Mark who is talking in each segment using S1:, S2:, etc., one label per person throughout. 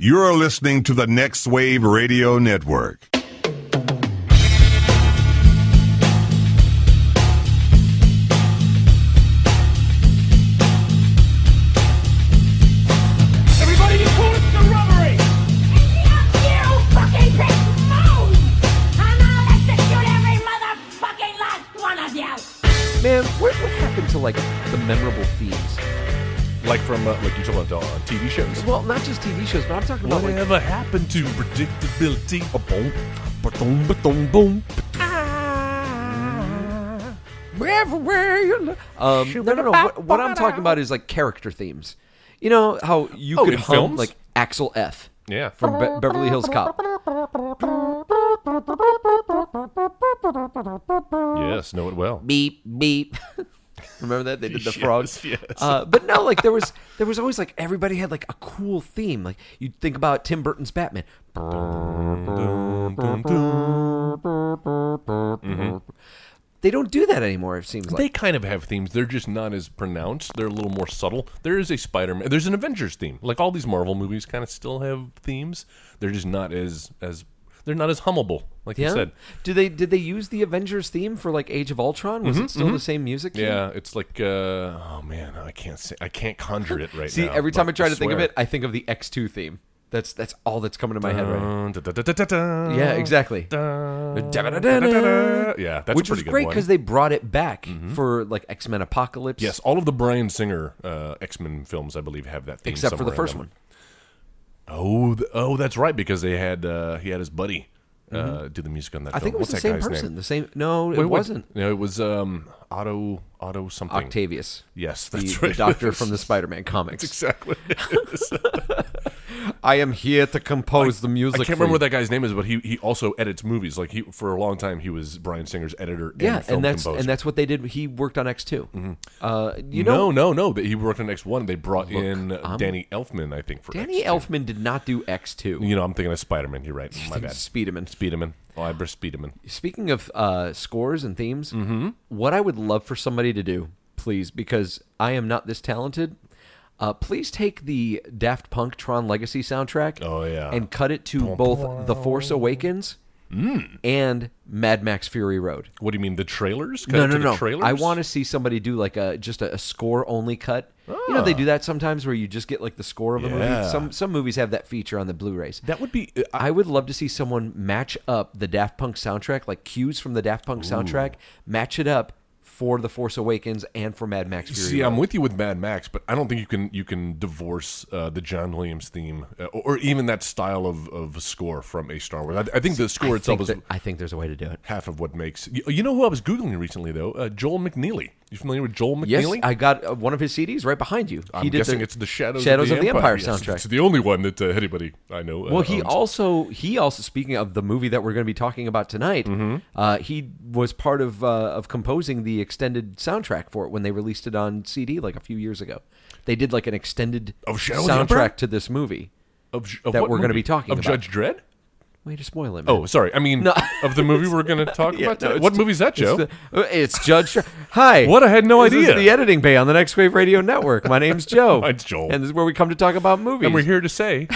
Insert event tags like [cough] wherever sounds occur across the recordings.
S1: You're listening to the Next Wave Radio Network.
S2: Everybody, you call it the robbery!
S3: Man, what, what happened to like the memorable themes?
S4: Like from uh, like you talk about uh, TV shows.
S3: Well, not just TV shows, but I'm talking about like
S4: Whatever happened to predictability? A boom, ba-dum, ba-dum,
S3: wherever you look. Ah. Um, no, no, no. What, what I'm talking about is like character themes. You know how you
S4: Oh,
S3: could
S4: in
S3: hum
S4: films?
S3: like Axel F.
S4: Yeah.
S3: from Be- Beverly Hills Cop.
S4: yes, know it well.
S3: Beep beep. [laughs] Remember that they did the
S4: [laughs] Yes,
S3: frogs.
S4: yes.
S3: Uh, but no, like there was there was always like everybody had like a cool theme. Like you'd think about Tim Burton's Batman. They don't do that anymore. It seems like
S4: Mm-hmm. They kind of have themes. They're just not as pronounced. They're a little more subtle. There is a Spider-Man. There's an Avengers theme. Like all these Marvel movies, kind of still have themes. They're just not as as they're not as hummable. Like you said.
S3: Do they did they use the Avengers theme for like Age of Ultron? Was it still the same music? key?
S4: Mm-hmm, Yeah, it's like uh, oh man, I can't say, I can't conjure it right
S3: See,
S4: now.
S3: every time I
S4: but
S3: try to think of
S4: swear.
S3: it, I think of the X two theme. That's that's all that's coming to my head right now.
S4: Dun, da, da, da, da, da.
S3: Yeah, exactly.
S4: Da-da-da-da-da. Yeah, that's a
S3: which was
S4: pretty good
S3: great
S4: one. Mm-hmm.
S3: because they brought it back for like X Men Apocalypse.
S4: Yes, all of the Brian Singer uh, X Men films, I believe, have that theme.
S3: except for the first
S4: somewhere in them.
S3: one.
S4: Oh, th- oh, that's right, because they had uh, he had his buddy uh, do the music on that.
S3: Mm-hmm. I think it
S4: film.
S3: was
S4: What's
S3: the same
S4: that guy's
S3: person.
S4: Name?
S3: The same. No, it
S4: Wait, wait.
S3: wasn't.
S4: No, it was um, Otto Otto something.
S3: Octavius.
S4: Yes,
S3: The,
S4: that's
S3: the
S4: right.
S3: doctor from the Spider Man comics.
S4: [laughs] exactly.
S3: I am here to compose the
S4: I
S3: music.
S4: can't remember what that guy's name is, but he, he also edits movies. Like he for a long time, he was Brian Singer's editor. And
S3: Yeah,
S4: film
S3: and that's
S4: composer. Mm-hmm.
S3: and that's what they did. He worked on X 2 Uh, you know,
S4: no, no, no. But he worked on the next one. They brought in Danny Elfman, I think. For
S3: Danny
S4: X2.
S3: Elfman did not do X two.
S4: You know, I'm thinking of Spider Man. You're right. My bad. oh,
S3: Speedman.
S4: Speedeman. Ibra Speedeman.
S3: Speaking of uh, scores and themes,
S4: Mm-hmm.
S3: what I would love for somebody to do, please, because I am not this talented. Uh, please take the Daft Punk Tron Legacy soundtrack.
S4: Oh, yeah.
S3: and cut it to both The Force Awakens
S4: Mm.
S3: and Mad Max Fury Road.
S4: What do you mean? The trailers? Cut
S3: No,
S4: it
S3: no,
S4: to the
S3: no.
S4: Trailers?
S3: I want to see somebody do like a just a, a score only cut. You know they do that sometimes where you just get like the score of a movie.
S4: Ah. Yeah.
S3: Some some movies have that feature on the Blu-rays.
S4: That would be. uh, I,
S3: I would love to see someone match up the Daft Punk soundtrack, like cues from the Daft Punk soundtrack, match it up for The Force Awakens and for Mad Max Fury.
S4: see,
S3: Road.
S4: I'm with you with Mad Max, but I don't think you can you can divorce uh, the John Williams theme uh, or even that style of, of score from a Star Wars. I, I think the
S3: I
S4: score itself
S3: think
S4: is
S3: that- I think there's a way to do it.
S4: half of what makes. You, you know who I was googling recently though? Uh, Joel McNeely. You familiar with Joel McNeely?
S3: Yes, I got uh, one of his CDs right behind you. He
S4: I'm guessing it's the Shadows,
S3: Shadows of the Empire,
S4: Yes,
S3: soundtrack.
S4: It's the only one that uh, anybody I know.
S3: Well, he also he also speaking of the movie that we're going to be talking about tonight,
S4: Mm-hmm.
S3: uh, he was part of uh, of composing the extended soundtrack for it when they released it on CD like a few years ago. They did like an extended
S4: Of Shadow of the Empire?
S3: soundtrack to this movie.
S4: of, of
S3: that
S4: what
S3: we're gonna
S4: movie?
S3: be talking
S4: of
S3: about.
S4: Judge Dredd.
S3: Way to spoil it. man.
S4: Oh, sorry. I mean,
S3: No.
S4: of the movie
S3: [laughs]
S4: we're going to talk
S3: Yeah,
S4: about.
S3: no,
S4: today.
S3: it's
S4: what
S3: the-
S4: movie's that, Joe?
S3: It's, the- uh, it's Judge. Hi.
S4: [laughs] What? I had no
S3: This is
S4: idea.
S3: the editing bay on the Next Wave Radio Network. My
S4: [laughs]
S3: name's Joe.
S4: Mine's Joel.
S3: And this is where we come to talk about movies
S4: and we're here to say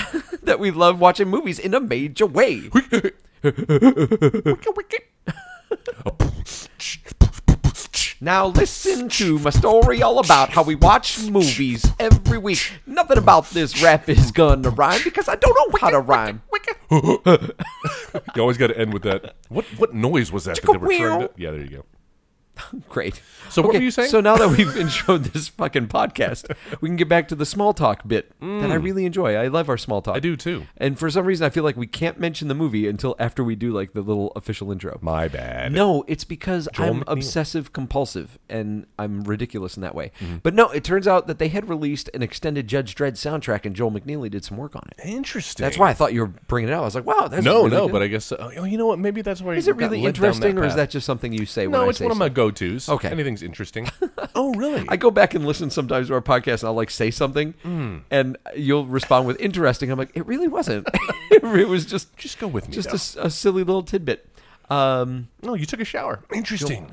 S3: that we love watching movies in a major
S4: [laughs]
S3: way. Now listen to my story all about how we watch movies every week. Nothing about this rap is gonna rhyme because I don't know how to rhyme.
S4: you always got to end with that. What what noise was that that they were trying to? Yeah, there you go.
S3: Great.
S4: So what were you saying?
S3: So now that we've [laughs] introed this fucking podcast, we can get back to the small talk bit that I really enjoy. I love our small talk.
S4: Mm. I do too.
S3: And for some reason, I feel like we can't mention the movie until after we do like the little official intro.
S4: My bad.
S3: No, it's because I'm
S4: McNeil.
S3: obsessive compulsive and I'm ridiculous in that way.
S4: Mm-hmm.
S3: But no, it turns out that they had released an extended Judge Dredd soundtrack and Joel McNeely did some work on it.
S4: Interesting.
S3: That's why I thought you were bringing it out. I was like, wow, that's
S4: No,
S3: really
S4: no,
S3: good.
S4: but I guess. Oh, you know what? Maybe that's why.
S3: is it
S4: got
S3: really
S4: led down
S3: interesting or is
S4: path.
S3: that just something you say when
S4: No,
S3: I
S4: it's
S3: say
S4: one of my
S3: something?
S4: go-tos.
S3: Okay.
S4: anything's
S3: [laughs]
S4: interesting. oh, really?
S3: I go back and listen sometimes to our podcast, and I'll like say something,
S4: Hmm.
S3: and you'll respond with "interesting." I'm like, it really wasn't. [laughs] it was just
S4: Just go with me,
S3: just a
S4: though.
S3: s- a, silly little tidbit. Um, [laughs]
S4: No, you took a shower. Interesting.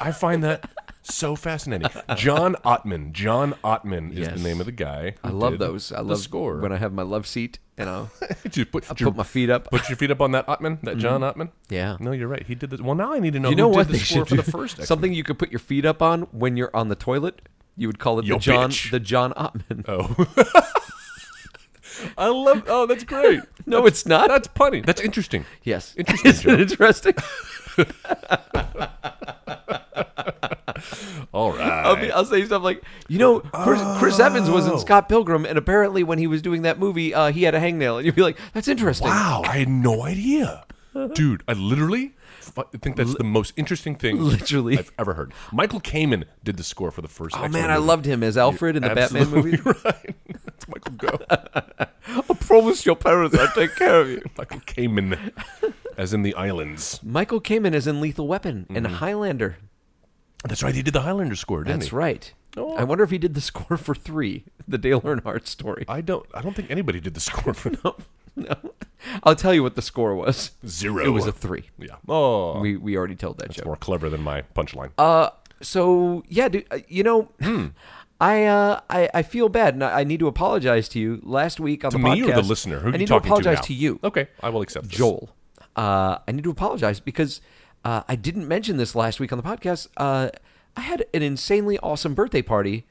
S4: I find that So fascinating. John Ottman. John Ottman is
S3: Yes.
S4: the name of the guy.
S3: I love those. I love
S4: the score.
S3: when I have my love seat and
S4: [laughs]
S3: I'll
S4: Just put,
S3: put my feet up.
S4: put your feet up on that Ottman, that John Ottman.
S3: Mm-hmm. Yeah.
S4: No, you're right. He did this. Well, now I need to know.
S3: you
S4: who
S3: know
S4: did
S3: what
S4: the
S3: they
S4: score
S3: should
S4: for
S3: do?
S4: the first X-Men.
S3: Something you could put your feet up on when you're on the toilet. You would call it
S4: Yo,
S3: the John
S4: bitch.
S3: the John
S4: [laughs]
S3: Ottman. [laughs]
S4: Oh. I love. Oh, that's great.
S3: no, it's not.
S4: That's punny. That's interesting.
S3: yes. [laughs]
S4: Interesting
S3: Isn't it interesting?
S4: All right.
S3: I'll, be, I'll say stuff like, you know, Chris, Chris Evans was in Scott Pilgrim, and apparently when he was doing that movie, uh, he had a hangnail, and you'd be like, that's interesting.
S4: Wow, I had no idea.
S3: Uh-huh.
S4: Dude, I literally fu- think that's the most interesting thing
S3: Literally.
S4: I've ever heard. Michael Kamen did the score for the first
S3: Oh
S4: X-Men
S3: man, I
S4: movie.
S3: loved him as Alfred in the Batman
S4: Absolutely
S3: movie.
S4: [laughs] right. That's Michael Go.
S3: [laughs] I promise your parents I'll take care of you.
S4: Michael Kamen. As in the islands.
S3: [laughs] Michael Kamen is in Lethal Weapon and Highlander.
S4: That's right, he did the Highlander score, didn't
S3: That's
S4: he?
S3: right.
S4: Oh.
S3: I wonder if he did the score for three, the Dale Earnhardt story.
S4: I don't I don't think anybody did the [laughs] score for
S3: No. I'll tell you what the score was.
S4: zero.
S3: It was a three.
S4: Yeah. Oh
S3: We we already told that joke.
S4: more clever than my punchline.
S3: Uh, so yeah, dude, uh, you know,
S4: Hmm.
S3: [sighs] I, uh, I I feel bad, and I, I need to apologize to you. Last week on
S4: to
S3: the
S4: me
S3: podcast,
S4: or the listener?
S3: I
S4: Who are
S3: need
S4: you talking
S3: to apologize
S4: now?
S3: to you,
S4: Okay, I will accept this.
S3: Joel. Uh, I need to apologize because uh, I didn't mention this last week on the podcast. Uh, I had an insanely awesome birthday party,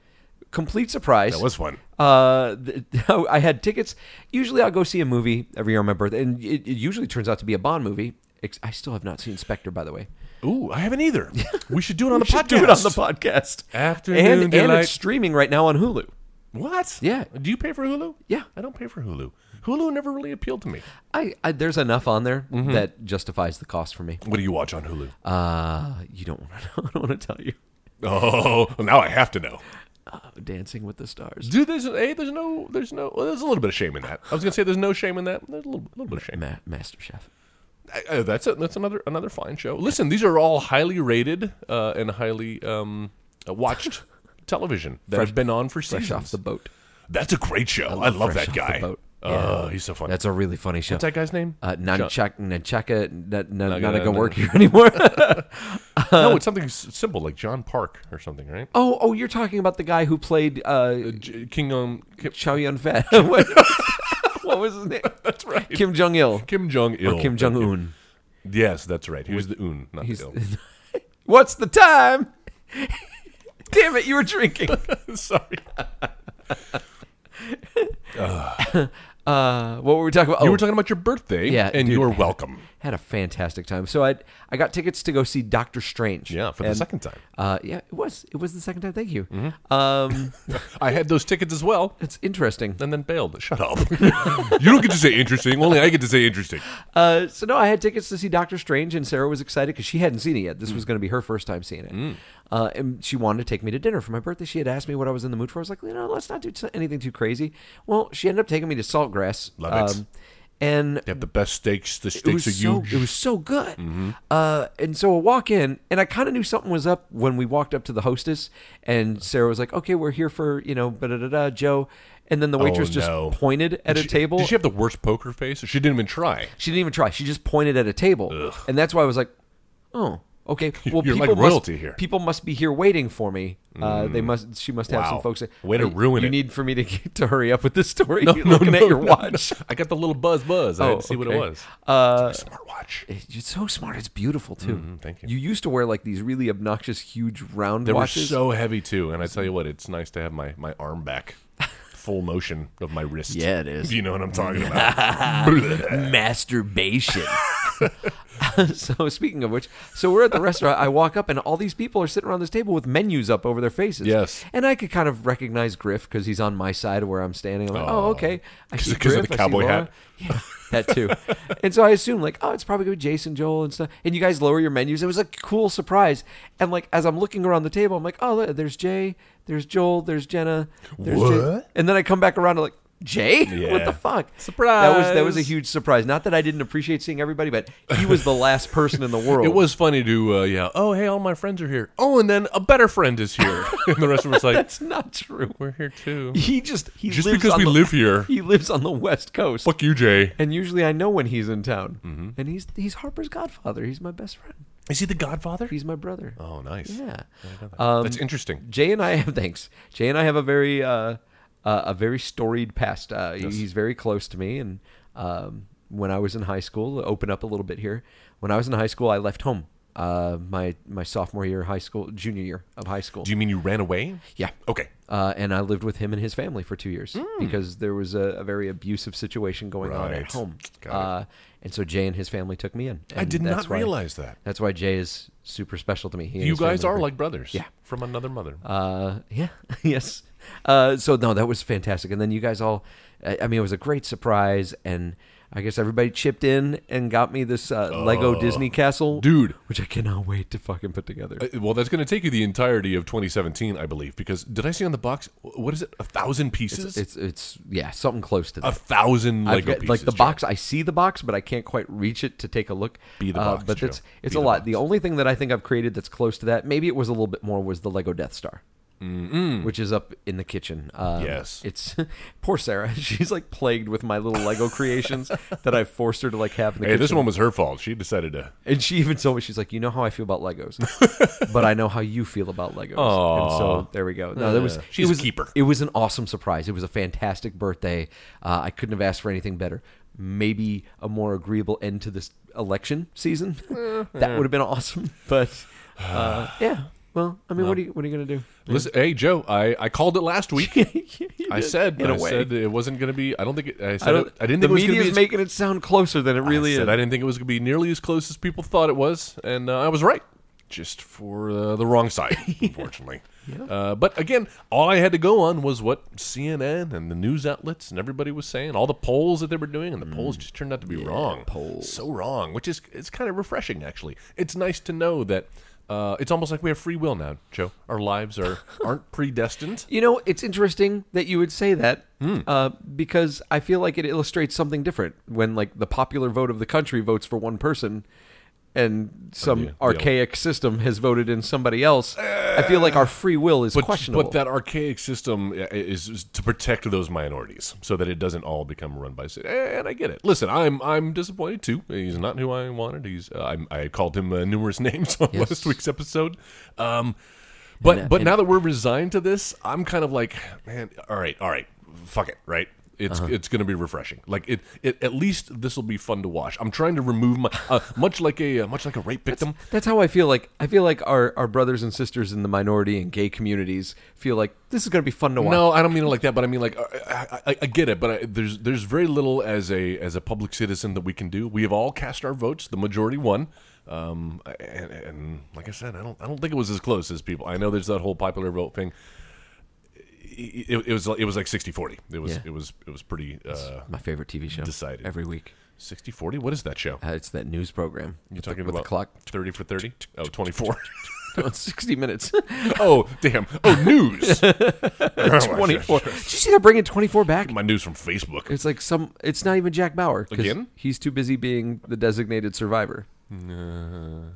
S3: complete surprise.
S4: That was fun.
S3: Uh, th- [laughs] I had tickets. Usually, I'll go see a movie every year on my birthday, and it, it usually turns out to be a Bond movie. Ex- I still have not seen Spectre, by the way.
S4: Ooh, I haven't [laughs] either. We should do it on the
S3: should
S4: podcast.
S3: do it on the podcast.
S4: Afternoon
S3: and, and
S4: delight.
S3: it's streaming right now on Hulu.
S4: What?
S3: Yeah.
S4: Do you pay for Hulu?
S3: Yeah.
S4: I don't pay for Hulu. Hulu never really appealed to me.
S3: I, I there's enough on there that justifies the cost for me.
S4: What do you watch on Hulu?
S3: Uh you don't want to know. [laughs] I don't want to tell you.
S4: oh, well, now I have to know.
S3: Oh, Dancing with the Stars.
S4: Dude, there's hey, there's no, there's no, well, there's a little bit of shame in that. I was gonna say there's no shame in that. There's a little, little bit of shame.
S3: Ma- Master Chef.
S4: I- I- that's a, that's another another fine show. Listen, these are all highly rated uh, and highly um,
S3: [laughs]
S4: uh, watched television that have been on for
S3: Fresh
S4: seasons.
S3: off the boat.
S4: that's a great show. I, love
S3: Fresh
S4: that
S3: Off the
S4: guy.
S3: Boat.
S4: Uh,
S3: Yeah.
S4: he's so funny.
S3: That's a really funny show.
S4: What's that guy's name?
S3: uh, Nunchak, Nunchaka, not, not,
S4: Not
S3: not
S4: gonna-
S3: gonna work here [laughs] anymore.
S4: no, it's something s- simple like John Park or something, right?
S3: oh, oh, you're talking about the guy who played uh,
S4: J- King um, Kim,
S3: Chow Yun Fat. [laughs] what, what was his name? [laughs] That's
S4: right.
S3: Kim Jong Il
S4: Kim Jong Il
S3: or Kim Jong Un.
S4: Yes, that's right. He was the un, not
S3: He's-
S4: the
S3: [laughs] What's the time? [laughs] Damn it, you were
S4: [laughs]
S3: drinking.
S4: il. Sorry,
S3: Uh, what were we talking about?
S4: you
S3: Oh,
S4: were talking about your birthday,
S3: Yeah,
S4: and you
S3: dude.
S4: were welcome.
S3: had a fantastic time. So I I got tickets to go see Doctor Strange.
S4: Yeah, for the
S3: And,
S4: second Mm-hmm. time.
S3: Uh, yeah, it was it was the second time. Thank you. Um, [laughs]
S4: I had those tickets as well,
S3: it's interesting.
S4: and then bailed.
S3: [laughs]
S4: Shut up. you don't get to say interesting. Only I get to say interesting.
S3: Uh, so no, I had tickets to see Doctor Strange, and Sarah was excited because she hadn't seen it yet.
S4: Mm.
S3: This was going to be her first time seeing it, uh, and she wanted to take me to dinner for my birthday. She had asked me what I was in the mood for. I was like, you know, let's not do t- anything too crazy. Well, she ended up taking me to Saltgrass. um,
S4: Love it.
S3: and
S4: They have the best steaks. The steaks
S3: it was
S4: are
S3: so
S4: huge.
S3: it was so good.
S4: Mm-hmm.
S3: Uh, and so I walk in, and I kind of knew something was up when we walked up to the hostess, and Sarah was like, "Okay, we're here for you know, da da da, Joe." And then the waitress
S4: Oh, no.
S3: just pointed at
S4: Did
S3: a
S4: she-
S3: table.
S4: Did she have the worst poker face? She didn't even try.
S3: She didn't even try. She just pointed at a table, and that's why I was like, "Oh,
S4: [laughs]
S3: okay." Well,
S4: You're like
S3: people must-
S4: royalty here. Mm.
S3: People must be here waiting for me. Uh, they must. She must have
S4: Wow.
S3: some folks. that-
S4: Way to
S3: "Hey,
S4: ruin
S3: you
S4: it."
S3: need for me to [laughs] get, to hurry up with this story. [laughs]
S4: [laughs]
S3: You're [laughs] looking at your watch.
S4: I got the little buzz buzz. I
S3: Oh,
S4: had to see what it
S3: okay. Uh,
S4: was. It's my smartwatch.
S3: It- It's so smart. It's beautiful too.
S4: Mm-hmm, thank you.
S3: You used to wear like these really obnoxious, huge round
S4: They
S3: watches.
S4: were so heavy too, and I tell you what, it's nice to have my, my arm back, full motion of my wrist.
S3: Yeah, it is.
S4: You know what I'm
S3: [laughs]
S4: talking about. [laughs]
S3: masturbation. [laughs] so speaking of which, so we're at the restaurant. I walk up and all these people are sitting around this table with menus up over their faces.
S4: Yes.
S3: and I could kind of recognize Griff because he's on my side of where I'm standing. I'm like, oh,
S4: Oh.
S3: okay. I see
S4: 'Cause of the
S3: Griff, I see
S4: cowboy
S3: Laura. [laughs] Yeah,
S4: hat?
S3: that too. and so I assume like, oh, it's probably gonna be Jason, Joel, and stuff. And you guys lower your menus. It was a cool surprise. And like as I'm looking around the table, I'm like, oh, look, there's Jay, there's Joel, there's Jenna. There's Jay.
S4: What?
S3: And then I come back around and like. Jay, [laughs] what
S4: Yeah.
S3: the fuck? That was that was a
S4: Surprise.
S3: huge huge surprise. Not that I didn't appreciate seeing everybody, but he was the last person
S4: [laughs]
S3: in the world.
S4: it was funny to uh, yeah. Oh hey, all my friends are here. Oh, and then a better friend is here. [laughs] and the rest of us like
S3: That's [laughs] not true.
S4: we're here
S3: [laughs]
S4: too.
S3: He just he
S4: Just
S3: lives
S4: because
S3: on
S4: we
S3: the-
S4: live
S3: [laughs]
S4: here.
S3: He lives on the West Coast,
S4: Fuck Mm-hmm. you, Jay.
S3: and usually I know when he's in town. And he's he's Harper's godfather. He's my best friend.
S4: Is he the Godfather?
S3: He's my brother.
S4: oh, nice.
S3: Yeah. Um,
S4: That's interesting.
S3: Jay and I have [laughs] thanks. Jay and I have a very uh, uh, a very storied past. Uh, he- He's very close to me, and um, when I was in high school, open up a little bit here. When I was in high school, I left home. Uh, my my sophomore year of high school, junior year of high school.
S4: Do you mean you ran away?
S3: yeah.
S4: Okay. Mm.
S3: Uh, and I lived with him and his family for two years because there was a, a very abusive situation going on at
S4: Right.
S3: home.
S4: Got it.
S3: Uh, and so Jay and his family took me in.
S4: I
S3: and
S4: did
S3: that's
S4: not
S3: why-
S4: realize that.
S3: That's why Jay is super special to me. He and
S4: You
S3: his
S4: guys
S3: family
S4: are like brothers.
S3: Yeah.
S4: From another mother.
S3: uh, yeah, [laughs] yes. Uh, so no, that was fantastic. And then you guys all, I I mean, it was a great surprise, and I guess everybody chipped in and got me this uh, Lego Disney castle,
S4: Oh. dude.
S3: which I cannot wait to fucking put together.
S4: Uh, well, that's going to take you the entirety of 2017, I believe, because did I see on the box wh- what is it? A thousand pieces.
S3: it's, it's it's yeah, something close to that.
S4: a thousand
S3: I've
S4: Lego
S3: got-
S4: pieces.
S3: like the
S4: Joe.
S3: box. I see the box, but I can't quite reach it to take a look.
S4: Be the
S3: Uh,
S4: box,
S3: but
S4: Joe.
S3: it's it's
S4: Be
S3: a
S4: the
S3: lot.
S4: box.
S3: The only thing that I think I've created that's close to that, maybe it was a little bit more, was the Lego Death Star, mm which is up in the kitchen. Um,
S4: Mm-hmm. Yes.
S3: it's [laughs] poor Sarah. She's like plagued with my little Lego
S4: [laughs]
S3: creations that I've forced her to like have in the
S4: Hey,
S3: kitchen.
S4: this one was her fault. She decided to.
S3: and she even told me she's like, you know how I feel about Legos,
S4: [laughs]
S3: but I know how you feel about Legos. And so there we go. No, there was
S4: She's
S3: it
S4: a
S3: was
S4: keeper.
S3: It was an awesome surprise. It was a fantastic birthday. Uh, I couldn't have asked for anything better. Maybe a more agreeable end to this election season. [laughs] that would have been awesome.
S4: [sighs]
S3: But uh, yeah, well, I mean, what are you what are you gonna
S4: [laughs]
S3: do?
S4: Listen, hey Joe, I, I called it
S3: [laughs]
S4: last week. I said
S3: in a
S4: I
S3: way.
S4: said it wasn't going to be. I don't think it, I said
S3: I,
S4: I,
S3: don't,
S4: it, I didn't
S3: The
S4: think it was going to
S3: media's
S4: be. as-
S3: making it sound closer than it really
S4: I
S3: is.
S4: said I didn't think it was going to be nearly as close as people thought it was, and uh, I was right. Just for uh, the wrong side, [laughs] unfortunately. uh, but again, all I had to go on was what CNN and the news outlets and everybody was saying, all the polls that they were doing, and the polls just turned out to be wrong. Polls. So wrong, which is it's kind of refreshing, actually. It's nice to know that uh, it's almost like we have free will now, Joe. Our lives are, aren't predestined.
S3: You know, it's interesting that you would say that
S4: Hmm.
S3: uh, because I feel like it illustrates something different when, like, the popular vote of the country votes for one person and some
S4: the- the
S3: archaic system has voted in somebody else. I feel like our free will is questionable.
S4: But that archaic system i- is, is to protect those minorities, so that it doesn't all become run by. si- And I get it. Listen, I'm I'm disappointed too. He's not who I wanted. He's uh, I'm, I called him uh, numerous [laughs] names on
S3: Yes.
S4: last week's episode. Um, but
S3: And, uh,
S4: but
S3: and-
S4: now that we're resigned to this, I'm kind of like, man, all right, all right, fuck it, right. It's,
S3: Uh-huh.
S4: it's going to be refreshing. Like it, it at least this will be fun to watch. I'm trying to remove my uh, much like a uh, much like a rape victim.
S3: That's how I feel like I feel like our, our brothers and sisters in the minority and gay communities feel like this is going to be fun to watch.
S4: No, I don't mean it like that. But I mean, like, uh, I, I, I get it. But I, there's there's very little as a as a public citizen that we can do. We have all cast our votes. The majority won. Um, and, and like I said, I don't I don't think it was as close as people. I know there's that whole popular vote thing. It, it- it was it was like 60-40. It was
S3: Yeah.
S4: it was it was pretty uh,
S3: My favorite TV show
S4: Decided.
S3: every week.
S4: 60-40. What is that show?
S3: Uh, it's that news program. You're
S4: Talking
S3: with
S4: about
S3: the clock. [laughs]
S4: thirty for thirty. Oh, 24.
S3: No, it's 60 minutes.
S4: [laughs]
S3: [laughs]
S4: oh, damn. Oh, news. [laughs]
S3: 24. Did you see they're bringing 24 back?
S4: My news from Facebook.
S3: It's like some. It's not even Jack Bauer 'cause
S4: Again?
S3: He's too busy being the designated survivor.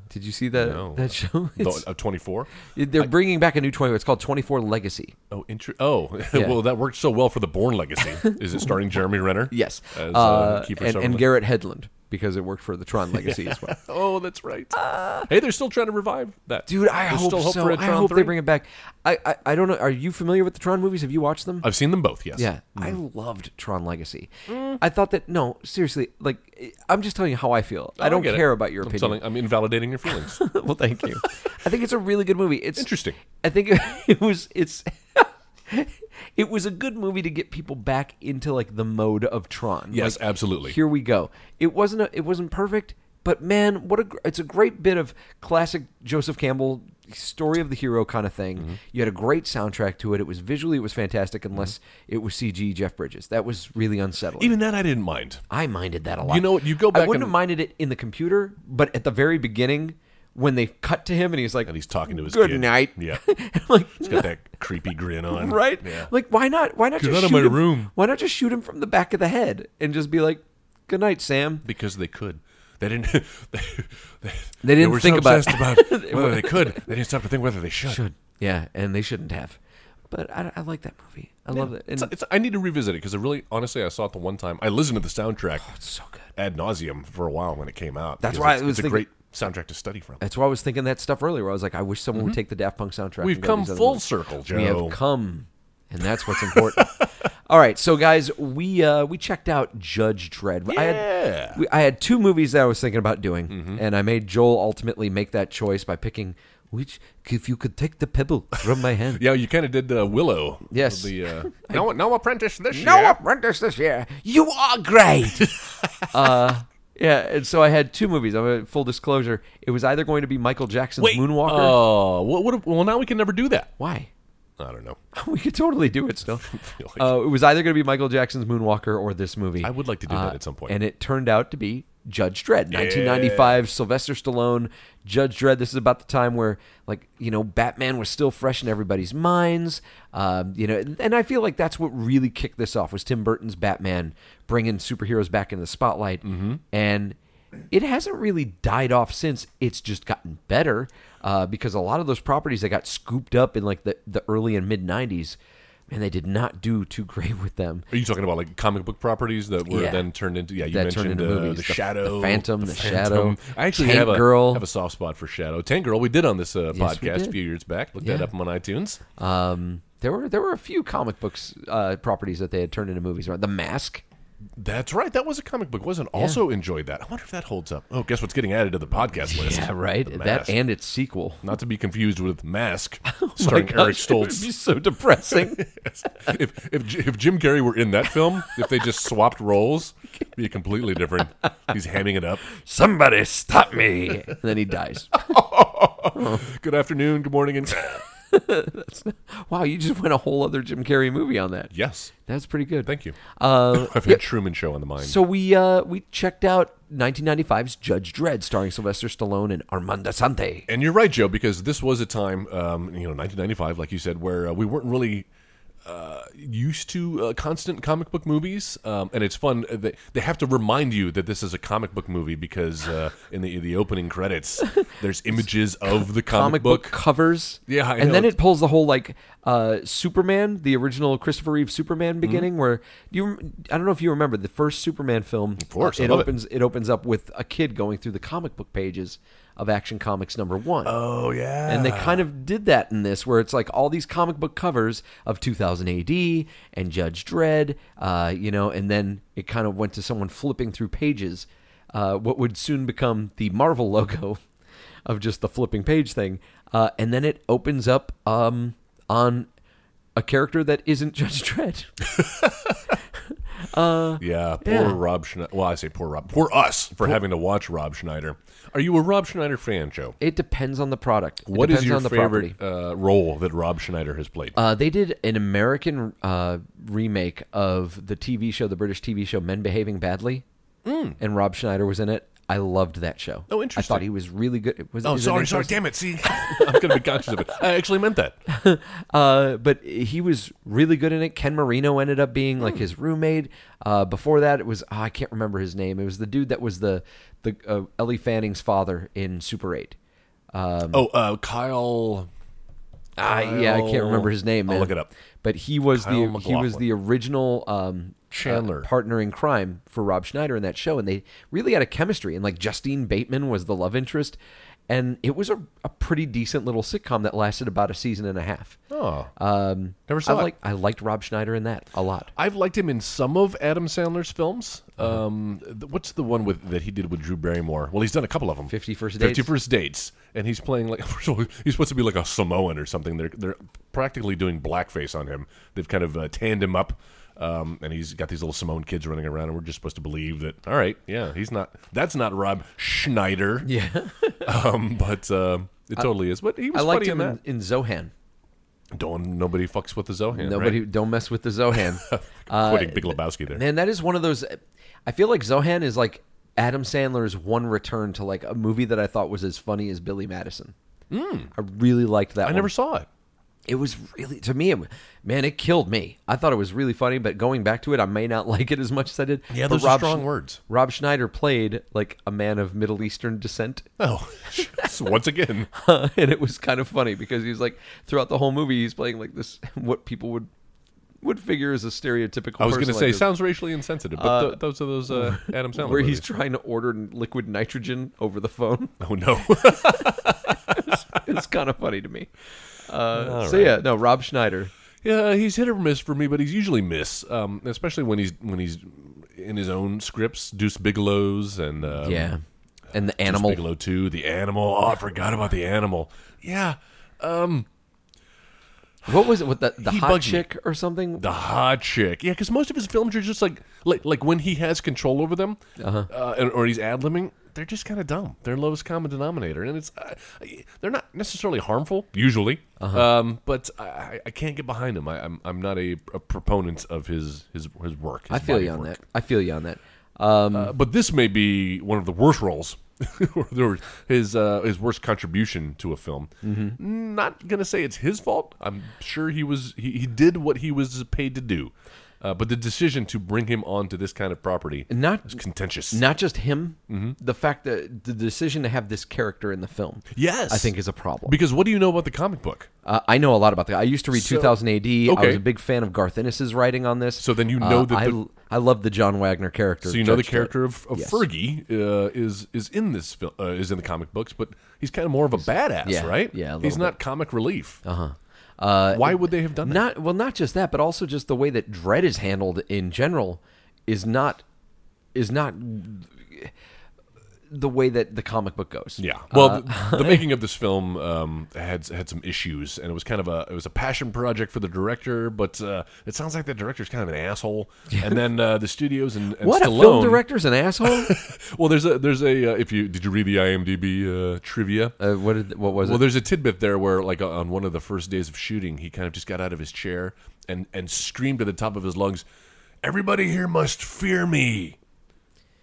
S3: Did you see that
S4: no.
S3: that show? It's-
S4: Of twenty four.
S3: they're bringing back a new twenty. It's called Twenty Four Legacy.
S4: Oh, intru- oh, [laughs]
S3: Yeah.
S4: well, that worked so well for the Born Legacy. Is it
S3: [laughs]
S4: starring Jeremy Renner?
S3: Yes,
S4: as, uh,
S3: Uh,
S4: Kiefer
S3: and, and
S4: Sutherland?
S3: Garrett Hedlund because it worked for the Tron Legacy as
S4: [laughs]
S3: well.
S4: Oh, that's right. hey, they're still trying to revive that,
S3: Uh, Dude, I
S4: There's
S3: hope
S4: still
S3: so.
S4: for a
S3: I
S4: Tron
S3: hope
S4: 3.
S3: they bring it back. I, I I don't know. Are you familiar with the Tron movies? Have you watched them?
S4: I've Mm. seen them both. Yes.
S3: Yeah, I loved Tron Legacy.
S4: Mm.
S3: I thought that no, seriously, like I'm just telling you how I feel.
S4: Oh,
S3: I don't
S4: get it.
S3: care about your
S4: I'm
S3: opinion.
S4: telling- I'm invalidating your feelings.
S3: [laughs] well, thank you. I think it's a really good movie. It's
S4: Interesting.
S3: I think it [laughs] was it's [laughs] it was a good movie to get people back into like the mode of Tron.
S4: Yes,
S3: Like,
S4: absolutely.
S3: Here we go. It wasn't a, it wasn't perfect, but man, what a gr- it's a great bit of classic Joseph Campbell story of the hero kind of thing.
S4: Mm-hmm.
S3: You had a great soundtrack to it. It was visually it was fantastic unless
S4: Mm-hmm.
S3: it was CG Jeff Bridges. That was really unsettling.
S4: [laughs] Even that I didn't mind.
S3: I minded that a lot.
S4: You know what, you go back
S3: I wouldn't
S4: and-
S3: have minded it in the computer, but at the very beginning, when they cut to him and he's like,
S4: And he's talking to his
S3: Good
S4: kid.
S3: night. [laughs]
S4: Yeah,
S3: I'm like,
S4: he's got that creepy grin on.
S3: [laughs] right?
S4: Yeah.
S3: Like, why not? Why not
S4: Get
S3: just
S4: out of
S3: shoot
S4: my
S3: him-
S4: room.
S3: Why not just shoot him from the back of the head and just be like, "Good night, Sam."
S4: because they could. They didn't. [laughs] They, they,
S3: didn't
S4: were
S3: think
S4: so
S3: about-
S4: obsessed
S3: [laughs]
S4: about whether they could. They didn't stop to think whether they should.
S3: Yeah, and they shouldn't have. But I, I like that movie. I love it. And
S4: It's, it's, I need to revisit it because I really, honestly, I saw it the one time. I listened to the soundtrack.
S3: so good.
S4: ad nauseum for a while when it came out.
S3: Oh, That's
S4: because
S3: why
S4: it's,
S3: I was thinking,
S4: it's a great soundtrack to study from.
S3: That's why I was thinking that stuff earlier. Where I was like, I wish someone would take the Daft Punk soundtrack.
S4: Mm-hmm. We've
S3: and go
S4: come
S3: these other
S4: full
S3: movies.
S4: circle, Joe.
S3: We have come, and that's what's
S4: [laughs]
S3: important. All right, so guys, we uh, we checked out Judge Dredd. I
S4: Yeah. Mm-hmm.
S3: had we, I had two movies that I was thinking about doing, and I made Joel ultimately make that choice by picking which. If you could take the pebble from my hand,
S4: [laughs] yeah, you kind of did uh, Willow.
S3: Yes. [laughs]
S4: The, uh, no, no apprentice this
S3: no
S4: year.
S3: apprentice this year. You are
S4: [laughs]
S3: great. uh, yeah, and so I had two movies. I'm uh, full disclosure. It was either going to be Michael Jackson's
S4: Wait.
S3: Moonwalker.
S4: Oh, what, what? Well, now we can never do that.
S3: Why?
S4: I don't know.
S3: [laughs] we could totally do it still.
S4: [laughs] feel like-
S3: Uh, it was either going to be Michael Jackson's Moonwalker or this movie.
S4: I would like to do that at some point.
S3: Uh, And it turned out to be Judge Dredd, 1995, Sylvester Stallone, Judge Dredd. This is about the time where, like, you know, Batman was still fresh in everybody's minds. Um, you know, and, and I feel like that's what really kicked this off was Tim Burton's Batman bringing superheroes back into the spotlight.
S4: Mm-hmm.
S3: And it hasn't really died off since. It's just gotten better uh, because a lot of those properties that got scooped up in like the, the early and mid 90s, man, they did not do too [laughs] great with them.
S4: Are you talking about like comic book properties that were
S3: Yeah.
S4: then turned into? Yeah, you
S3: That turned
S4: mentioned
S3: into
S4: uh,
S3: movies.
S4: the
S3: The-
S4: Shadow,
S3: the Phantom, the Shadow,
S4: I actually
S3: Tank
S4: have a
S3: Girl.
S4: have a soft spot for Shadow, Tank Girl. We did on this uh,
S3: Yes, we
S4: podcast a
S3: did.
S4: few years back. Looked that
S3: Yeah.
S4: up on iTunes.
S3: Um, there were there were a few comic books uh, properties that they had turned into movies. Right, The Mask.
S4: That's right. That was a comic book, wasn't? it? Also enjoyed that. I wonder if that holds up. Oh, guess what's getting added to the podcast list? The
S3: That
S4: Mask.
S3: and its [laughs] sequel.
S4: not to be confused
S3: [laughs]
S4: with Mask, starring Eric
S3: Gosh, it would [laughs]
S4: Stoltz.
S3: be so depressing.
S4: Yes. if, if J- if Jim Carrey were in that film, if they just swapped roles, it'd be completely different. He's hamming it up.
S3: [laughs] Somebody stop me! And then he dies. [laughs]
S4: Good afternoon, good morning, and
S3: wow, you just went a whole other Jim Carrey movie on that.
S4: yes,
S3: That's pretty good.
S4: thank you.
S3: Uh,
S4: [laughs] I've had Truman Show on the mind.
S3: so we uh, we checked out 1995's Judge Dredd, starring Sylvester Stallone and Armando Sante.
S4: and you're right, Joe, because this was a time, um, you know, 1995, like you said, where uh, we weren't really uh, used to uh, constant comic book movies. Um, and it's fun. uh, They, they have to remind you that this is a comic book movie because uh, in the the opening [laughs] credits, there's images of the comic, book.
S3: covers.
S4: Yeah, I
S3: and
S4: know.
S3: then it pulls the whole like uh, Superman, the original Christopher Reeve
S4: Mm-hmm.
S3: Superman beginning, where you rem- I don't know if you remember the first Superman film. Of
S4: course, I
S3: it
S4: love it.
S3: opens it. opens up with a kid going through the comic book pages of Action Comics number one.
S4: Oh yeah,
S3: And they kind of did that in this, where it's like all these comic book covers of 2000 AD and Judge Dredd, uh, you know, and then it kind of went to someone flipping through pages, uh, what would soon become the Marvel logo [laughs] of just the flipping page thing. Uh, and then it opens up um, on a character that isn't [laughs] Judge Dredd.
S4: yeah. Poor
S3: Yeah.
S4: Rob Schneider. Well, I say poor Rob. Poor us for having to watch Rob Schneider. Are you a Rob Schneider fan, Joe?
S3: it depends on the product. It
S4: What is
S3: depends
S4: your
S3: on the property.
S4: favorite uh, role that Rob Schneider has played?
S3: Uh, they did an American uh, remake of the TV show, the British TV show Men Behaving Badly, and Rob Schneider was in it. I loved that show.
S4: Mm. Oh,
S3: I
S4: interesting.
S3: thought he was really good. It Was,
S4: Oh,
S3: is it
S4: sorry, sorry.
S3: interesting?
S4: Damn it. See, [laughs] I'm going to be conscious of it. I actually meant that.
S3: Uh, but he was really good in it. Ken Marino ended up being
S4: Mm.
S3: like his roommate. Uh, before that, it was oh, I can't remember his name. It was the dude that was the the uh, Ellie Fanning's father in Super Eight.
S4: Oh, uh, Kyle.
S3: I yeah, I can't
S4: Kyle-
S3: remember his name.
S4: I'll
S3: man.
S4: look it up.
S3: But he was
S4: Kyle
S3: the he was
S4: MacLachlan.
S3: the original um,
S4: Chandler.
S3: uh, partner in crime for Rob Schneider in that show, and they really had a chemistry. And like Justine Bateman was the love interest, and it was a, a pretty decent little sitcom that lasted about a season and a half.
S4: Oh.
S3: Um,
S4: Never saw
S3: I
S4: it.
S3: like I liked Rob Schneider in that a lot.
S4: I've liked him in some of Adam Sandler's films.
S3: Uh-huh.
S4: Um, th- what's the one with that he did with Drew Barrymore? Well, he's done a couple of them.
S3: 51st Dates.
S4: Fifty First Dates, and he's playing like [laughs] first of all, he's supposed to be like a Samoan or something. They're they're practically doing blackface on him. They've kind of uh, tanned him up, um, and he's got these little Samoan kids running around, and we're just supposed to believe that. All right, yeah, he's not. That's not Rob Schneider.
S3: Yeah,
S4: [laughs] um, but um it totally is. But he was
S3: I liked
S4: funny
S3: him
S4: in
S3: in,
S4: that.
S3: in Zohan.
S4: Don't nobody fucks with the Zohan.
S3: Nobody uh,
S4: right?
S3: don't mess with the
S4: [laughs]
S3: Zohan.
S4: quoting Big Lebowski there.
S3: Man, that is one of those. I feel like Zohan is like Adam Sandler's one return to like a movie that I thought was as funny as Billy Madison. Mm. I really liked that.
S4: Hmm. I
S3: one.
S4: never saw it.
S3: It was really to me, it, man. It killed me. I thought it was really funny, but going back to it, I may not [laughs] like it as much as I did.
S4: Yeah,
S3: but
S4: those are strong words.
S3: Rob Schneider played like a man of Middle Eastern descent. [laughs]
S4: Oh, [laughs] so once again,
S3: and [laughs] it was kind of funny because he was like throughout the whole movie he's playing like this what people would would figure is a stereotypical.
S4: I was going
S3: going
S4: to say sounds racially insensitive, but th- those are
S3: [laughs]
S4: those uh, Adam Sandler.
S3: where he's
S4: movies.
S3: trying to order n- liquid nitrogen over the
S4: [laughs]
S3: phone.
S4: oh
S3: [laughs]
S4: no,
S3: it's kind of funny to me. Uh, so yeah, no, Rob Schneider.
S4: yeah, he's hit or miss for me, but he's usually miss, um, especially when he's when he's in his own scripts, Deuce Bigelow's and um,
S3: and the
S4: Deuce
S3: animal.
S4: Bigelow two, the animal. Oh, I forgot about the animal. Yeah, um,
S3: What was it with the the
S4: He
S3: hot
S4: bugged me.
S3: chick or something?
S4: The hot chick. Yeah, because most of his films are just like like like when he has control over them,
S3: Uh-huh.
S4: uh and, or he's ad libbing. They're just kind of dumb. They're lowest common denominator, and it's uh, they're not necessarily harmful usually.
S3: Uh-huh.
S4: Um, but I- I, I can't get behind him. I, I'm I'm not a, a proponent of his his his work.
S3: I
S4: his
S3: feel
S4: body
S3: you
S4: of
S3: on
S4: work.
S3: that. I feel you on that. Um,
S4: Uh, but this may be one of the worst roles, [laughs] or the- his uh, his worst contribution to a film.
S3: Mm-hmm.
S4: Not gonna say it's his fault. I'm sure he was he, he did what he was paid to do, uh, but the decision to bring him onto this kind of property
S3: Not-
S4: is contentious.
S3: not just him.
S4: Mm-hmm.
S3: The fact that the decision to have this character in the film,
S4: Yes.
S3: I think is a problem.
S4: because what do you know about the comic book?
S3: Uh, I know a lot about that. I used to read
S4: So-
S3: 2000 AD. I was
S4: okay.
S3: a big fan of Garth Ennis's writing on this. Uh,
S4: So then you know that
S3: I,
S4: the-
S3: I love the John Wagner character.
S4: So you know the
S3: Judge Dredd.
S4: character of, of
S3: uh, Yes.
S4: Fergie uh, is is in this film uh, is in the comic books, but he's kind of more of a badass,
S3: yeah,
S4: right?
S3: yeah, a little
S4: he's not
S3: bit.
S4: comic relief.
S3: Uh-huh. Uh,
S4: Why would they have done that?
S3: Not well, not just that, but also just the way that dread is handled in general is not is not the way that the comic book goes.
S4: Yeah. Well,
S3: [laughs]
S4: the, the making of this film um, had had some issues, and it was kind of a it was a passion project for the director, but uh, it sounds like the director's kind of an
S3: [laughs]
S4: asshole. And then uh, the studios and, and
S3: what a
S4: Stallone,
S3: film director's an
S4: [laughs]
S3: asshole.
S4: Well, there's a there's a uh, if you did you read the IMDb uh, trivia?
S3: uh, what did, what was
S4: well,
S3: it?
S4: there's a tidbit there where, like, uh, on one of the first days of shooting, he kind of just got out of his chair and and screamed at the top of his lungs, "Everybody here must fear me!"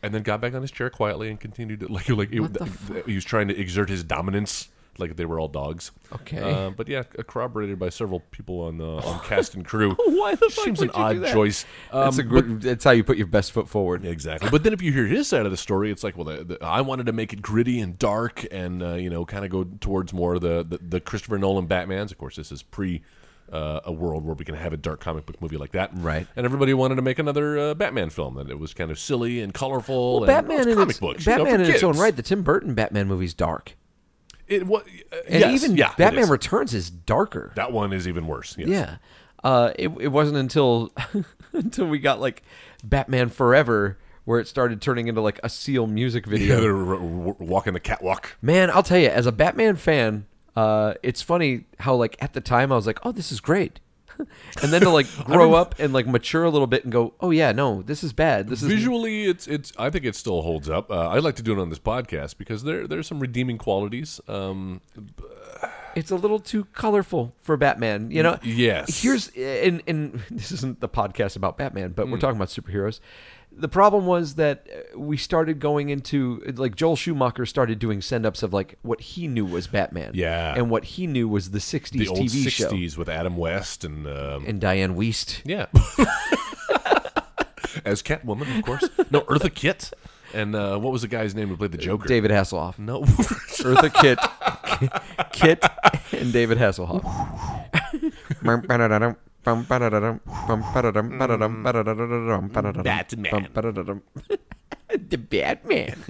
S4: And then got back on his chair quietly and continued to, like [laughs] like it, he was trying to exert his dominance. Like they were all dogs.
S3: Okay.
S4: Uh, but yeah, corroborated by several people on uh, on cast and
S3: [laughs]
S4: crew.
S3: Why the fuck
S4: Seems
S3: would
S4: an
S3: you
S4: odd
S3: do that?
S4: choice.
S3: That's a
S4: Um,
S3: gr- that's how you put your best foot forward.
S4: Exactly. But then if you hear his side of the story, it's like, well, the, the, I wanted to make it gritty and dark, and uh, you know, kind of go towards more the, the the Christopher Nolan Batman's. Of course, this is pre. Uh, a world where we can have a dark comic book movie like that,
S3: Right.
S4: And everybody wanted to make another uh, Batman film, and it was kind of silly and colorful.
S3: Well,
S4: and
S3: Batman
S4: it's
S3: in
S4: comic
S3: its,
S4: books, you know,
S3: Batman
S4: for
S3: in its own
S4: kids.
S3: right. The Tim Burton Batman movie's dark,
S4: It was,
S3: and even
S4: yeah, it
S3: Batman
S4: is.
S3: Returns is darker.
S4: that one is even worse. Yes.
S3: Yeah. Uh, it, it wasn't until [laughs] until we got like Batman Forever where it started turning into like a Seal music
S4: yeah,
S3: video.
S4: they're r- r- walking the catwalk.
S3: Man, I'll tell you, as a Batman fan, uh, it's funny how like at the time I was like, oh, this is great. [laughs] and then to
S4: [laughs]
S3: like grow up and like mature a little bit and go, oh yeah, no, this is bad. This is
S4: Visually, it's it's. I think it still holds up. Uh, I like to do it on this podcast because there there's some redeeming qualities. Um,
S3: it's a little too colorful for Batman. You know,
S4: yes.
S3: Here's eh, and and [laughs] this isn't the podcast about Batman, but we're
S4: Mm.
S3: talking about superheroes. The problem was that uh, we started going into like Joel Schumacher started doing send ups of like what he knew was Batman,
S4: Yeah.
S3: and what he knew was the '60s
S4: the old
S3: TV show
S4: 60s with Adam West and um,
S3: and Diane Weist. [laughs]
S4: yeah, as Catwoman, of course. No, Eartha Kitt, and uh, what was the guy's name who played the Joker?
S3: David Hasselhoff,
S4: No, [laughs]
S3: Eartha Kitt, [laughs] Kit, and David
S4: Mm.
S3: Hasselhoff.
S5: Batman.
S3: [laughs] the Batman.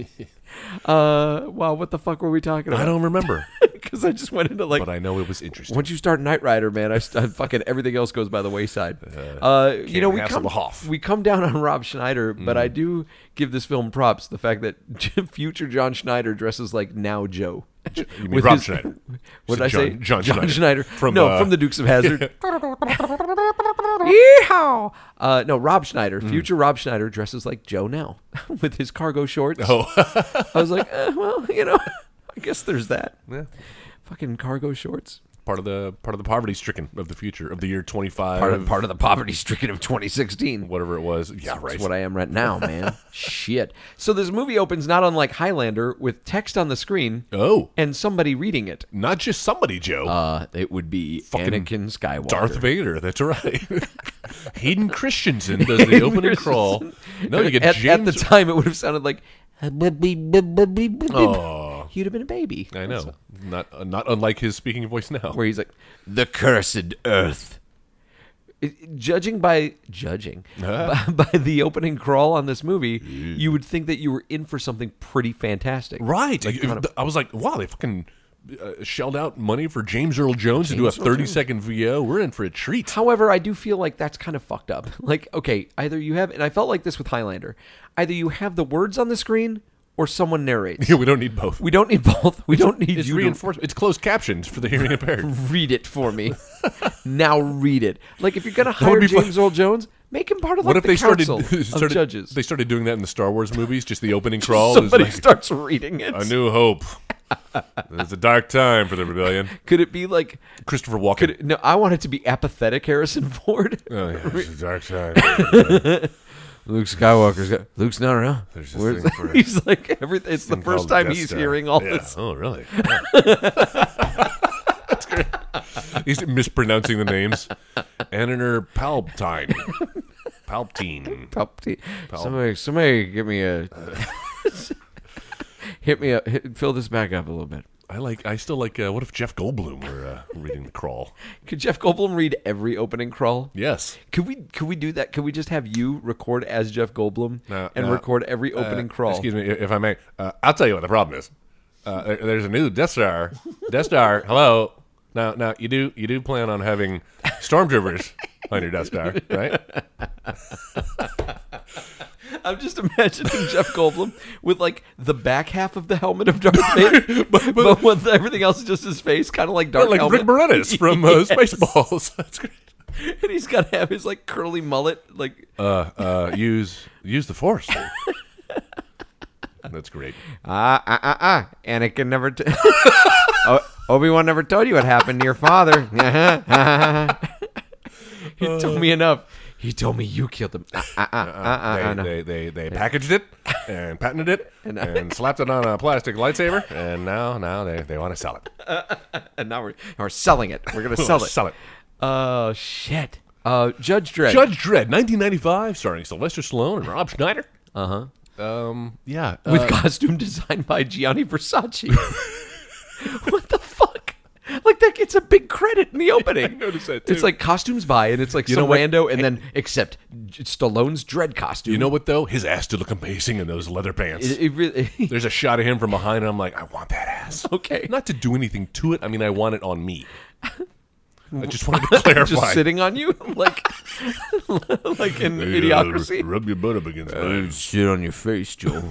S3: uh, wow, what the fuck were we talking about? [laughs]
S4: I don't remember,
S3: because I just went into like.
S4: but I know it was interesting.
S3: once you start Knight Rider, man, I, st- I fucking everything else goes by the wayside. Uh, you know, we come
S4: Hasselhoff.
S3: we come down on Rob Schneider, but
S4: Mm.
S3: I do give this film props. The fact that [laughs] future John Schneider dresses like now
S4: [laughs]
S3: Joe. You [laughs]
S4: mean Rob Schneider.
S3: What did
S4: You
S3: I
S4: said
S3: say?
S4: John- John Schneider.
S3: From
S4: From,
S3: no,
S4: uh,
S3: from the Dukes of
S4: [laughs]
S3: Hazard. Yeehaw! Uh, no, Rob
S4: Mm.
S3: Schneider, future Rob Schneider dresses like Joe now [laughs] with his cargo shorts.
S4: Oh.
S3: [laughs] I was
S4: [laughs]
S3: like, eh, well, you know, [laughs] I guess there's that.
S4: Yeah.
S3: Fucking cargo shorts.
S4: part of the part of the poverty stricken of the future of the year 25,
S3: Part of part of the poverty stricken of 2016.
S4: whatever it was. Yeah, right.
S3: That's what I am right now,
S4: [laughs]
S3: man. Shit. So this movie opens not unlike Highlander with text on the screen
S4: oh,
S3: and somebody reading it.
S4: not just somebody, Joe.
S3: Uh, it would be Anakin Skywalker.
S4: Darth Vader. That's right. [laughs] Hayden Christensen does the opening crawl. No, you get
S3: at,
S4: James.
S3: at the time it would have sounded like oh. he'd have been a baby.
S4: I know, not uh, not unlike his speaking voice now.
S3: Where he's like, "The cursed earth it- judging by
S4: [laughs]
S3: judging by, by the opening crawl on this movie, you would think that you were in for something pretty fantastic.
S4: Right.
S3: Like,
S4: If-
S3: kind of-
S4: I was like, wow, they fucking uh, shelled out money for James Earl Jones to do a
S3: James Earl Jones.
S4: thirty second VO. We're in for a treat. [laughs]
S3: However, I do feel like that's kind of fucked up. [laughs] Like, okay, either you have, and I felt like this with Highlander, either you have the words on the screen or someone narrates.
S4: [laughs] Yeah, we don't need both.
S3: We don't need both. We don't need
S4: It's
S3: you to
S4: reinforcement. It's closed captions for the
S3: [laughs]
S4: hearing impaired.
S3: read it for
S4: [laughs]
S3: me. now read it. Like if you're gonna
S4: would
S3: hire
S4: be fun.
S3: James Earl Jones, make him part of like
S4: what if
S3: the
S4: they started,
S3: council
S4: [laughs]
S3: of
S4: started-
S3: judges.
S4: They started doing that in the Star Wars movies. Just
S3: [laughs]
S4: the opening crawl. is
S3: Somebody
S4: like,
S3: starts reading it.
S4: a new hope. It's a dark time for the rebellion.
S3: Could it be like?
S4: Christopher Walken.
S3: Could it, no? I want it to be apathetic Harrison [laughs] Ford.
S4: Oh, yeah, it's a dark
S3: [laughs]
S4: time.
S3: Luke Skywalker's got Luke's not around.
S4: There's this
S3: Where's-
S4: thing
S3: [laughs]
S4: for-
S3: he's like everything. It's the first time he's hearing all this. [laughs]
S4: Oh, really? That's great. He's mispronouncing the names. Ananer Palpatine. Palpatine.
S3: Palpatine. Somebody, somebody, give me a [laughs] hit me up. Hit, fill this back up a little bit.
S4: I like. I still like. Uh, what if Jeff Goldblum were uh, reading the crawl?
S3: Could Jeff Goldblum read every opening crawl?
S4: Yes.
S3: Could we could we do that? Could we just have you record as Jeff Goldblum
S4: No,
S3: and
S4: no.
S3: record every opening crawl?
S4: uh, Excuse me, if I may. Uh, I'll tell you what the problem is. Uh, there- there's a new Death Star. Death Star. Hello. Now, now you do you do plan on having stormtroopers on your Death Star, right?
S3: I'm just [laughs] imagining Jeff Goldblum with like the back half of the helmet of Darth [laughs] Vader, but, with everything else just his face, kind of like Dark
S4: like
S3: Helmet.
S4: Rick Moranis from uh, Spaceballs. [laughs] That's great.
S3: [laughs] and he's got to have his like curly mullet, like
S4: Uh, uh, use use the Force. That's great.
S3: ah ah ah ah. Anakin never. T- [laughs] Obi Wan never told you what happened to your father. [laughs] he told me enough. He told me you killed him. Ah, ah, ah, ah,
S4: Uh-uh. they,
S3: ah, no.
S4: they, they they packaged it and patented it and, slapped it on a plastic lightsaber, and now now they, they want to sell it.
S3: and now we're, we're selling it. [laughs] We're gonna sell it.
S4: Sell it.
S3: Oh shit. Uh, Judge Dredd.
S4: Judge Dredd, 1995, starring Sylvester Stallone and Rob Schneider. Uh huh. Um. Yeah. uh,
S3: with costume [laughs] designed by Gianni Versace. [laughs] what the fuck? Like that gets a big credit
S4: [laughs]
S3: in the opening.
S4: noticed that, too.
S3: It's like costumes by, and it's like
S4: You know
S3: some
S4: what?
S3: rando, and then except J- Stallone's dread costume.
S4: you know what though? His ass did look amazing in those leather pants.
S3: it, it really. [laughs]
S4: There's a shot of him from behind, and I'm like, I want that ass.
S3: Okay.
S4: Not to do anything to it. I mean, I want it on me. I just wanted to
S3: [laughs]
S4: clarify.
S3: Just sitting on you, [laughs] like, like in
S4: uh,
S3: idiocracy.
S4: Rub your butt up against mine.
S3: Shit on your face, [laughs] Joe.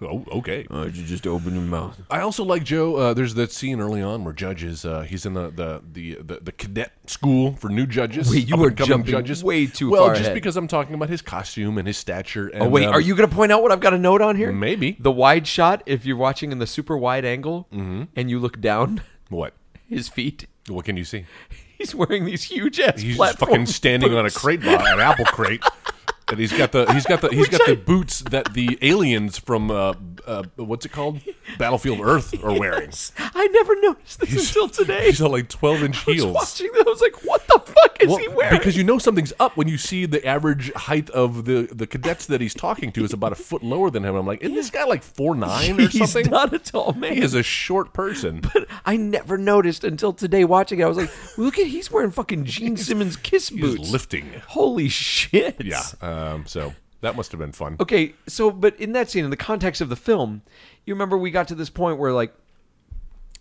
S4: Oh, okay.
S3: Why don't you just open your mouth?
S4: I also like Joe. Uh, there's that scene early on where Judge is uh, he's in the the, the the the cadet school for new judges.
S3: Wait, you
S4: up
S3: are
S4: and coming
S3: jumping
S4: judges.
S3: way too
S4: well,
S3: far
S4: just
S3: ahead.
S4: because I'm talking about his costume and his stature. And,
S3: Oh wait,
S4: um,
S3: are you going to point out what I've got a note on here?
S4: Maybe.
S3: the wide shot. If you're watching in the super wide angle
S4: Mm-hmm.
S3: and you look down, [laughs]
S4: what?
S3: his feet.
S4: What can you see?
S3: He's wearing these huge ass.
S4: He's just fucking
S3: [laughs]
S4: standing on a crate, bo- an apple crate. And he's got the he's got the he's got
S3: Which I-
S4: the boots that the aliens from uh, uh, what's it called Battlefield Earth are wearing.
S3: I never noticed this until today.
S4: [laughs] He's all like
S3: [laughs]
S4: twelve inch
S3: I was
S4: heels.
S3: watching that. I was like, "What the fuck is
S4: Well,
S3: he wearing?"
S4: Because you know something's up when you see the average height of the, the cadets that he's talking to is about a foot lower than him. I'm like, isn't this guy like four nine
S3: [laughs]
S4: or
S3: he's
S4: something?
S3: not a tall man.
S4: he is a short person.
S3: [laughs] I never noticed until today watching it. I was like, "Look at he's wearing fucking Gene Simmons kiss
S4: He's
S3: boots."
S4: lifting.
S3: Holy shit!
S4: Yeah. Um, so that must have been fun.
S3: Okay, so but in that scene, in the context of the film, you remember we got to this point where like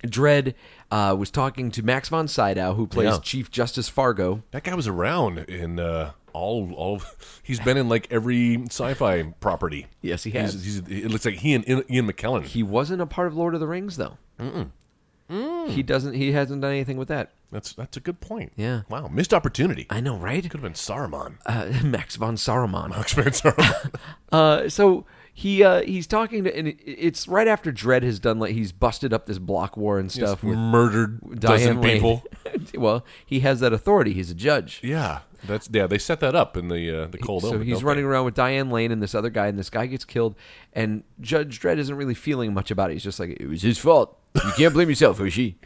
S3: Dredd uh, was talking to Max von Sydow, who plays
S4: Yeah.
S3: Chief Justice Fargo.
S4: That guy was around in uh, all all. Of, he's been in like every sci-fi property.
S3: Yes, he
S4: He's,
S3: has.
S4: he's, it looks like he and Ian Ian McKellen.
S3: He wasn't a part of Lord of the Rings though. He doesn't. He hasn't done anything with that.
S4: that's that's a good point.
S3: Yeah.
S4: Wow, missed opportunity.
S3: I know, right?
S4: Could have been Saruman.
S3: [laughs] Uh, Max von Saruman.
S4: Max Van Saruman.
S3: Uh, so he uh, he's talking to, and it- it's right after Dredd has done like he's busted up this block war and stuff with
S4: murdered
S3: Diane
S4: Mm. dozen
S3: Lane.
S4: people.
S3: [laughs] well, he has that authority. He's a judge.
S4: Yeah, that's yeah. They set that up in the uh, the cold
S3: so
S4: open.
S3: he's
S4: don't
S3: running
S4: they?
S3: around with Diane Lane and this other guy, and this guy gets killed. And Judge Dredd isn't really feeling much about it. He's just like, it was his fault. You can't blame yourself, Hoshi.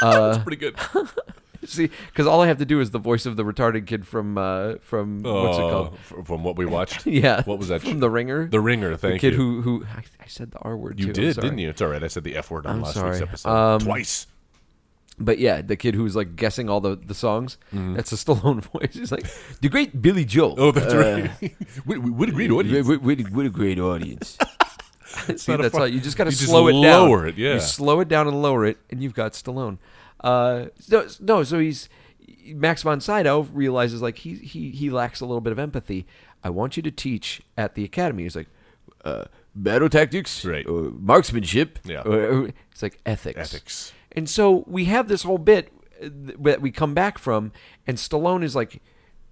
S4: That's pretty good.
S3: [laughs] See, because all I have to do is the voice of the retarded kid from uh, from what's it
S4: Uh,
S3: called?
S4: f- From what we watched.
S3: [laughs] Yeah,
S4: What was that?
S3: from The Ringer?
S4: The Ringer. Thank
S3: the kid
S4: you.
S3: who who I, I said the R word.
S4: you
S3: too, I'm
S4: did,
S3: sorry.
S4: didn't you? It's all right. I said the f word on
S3: I'm
S4: last
S3: sorry.
S4: week's episode
S3: Um,
S4: twice.
S3: But yeah, the kid who was like guessing all the, the songs, that's a Stallone [laughs] voice. He's like, the great Billy Joel.
S4: Mm-hmm. Oh, [laughs] that's
S3: uh,
S4: right. we, we would agree to it.
S3: What, what- what a great audience. See,
S4: not a
S3: that's
S4: fun-
S3: all. You just got to
S4: you just
S3: slow it down.
S4: lower it, yeah.
S3: You slow it down and lower it, and you've got Stallone. Uh, so, no, so he's Max von Sydow realizes like he he he lacks a little bit of empathy. I want you to teach at the academy. He's like, uh, battle tactics,
S4: Right.
S3: Or marksmanship,
S4: Yeah.
S3: or- it's like ethics.
S4: Ethics.
S3: And so we have this whole bit uh, th- that we come back from, and Stallone is like,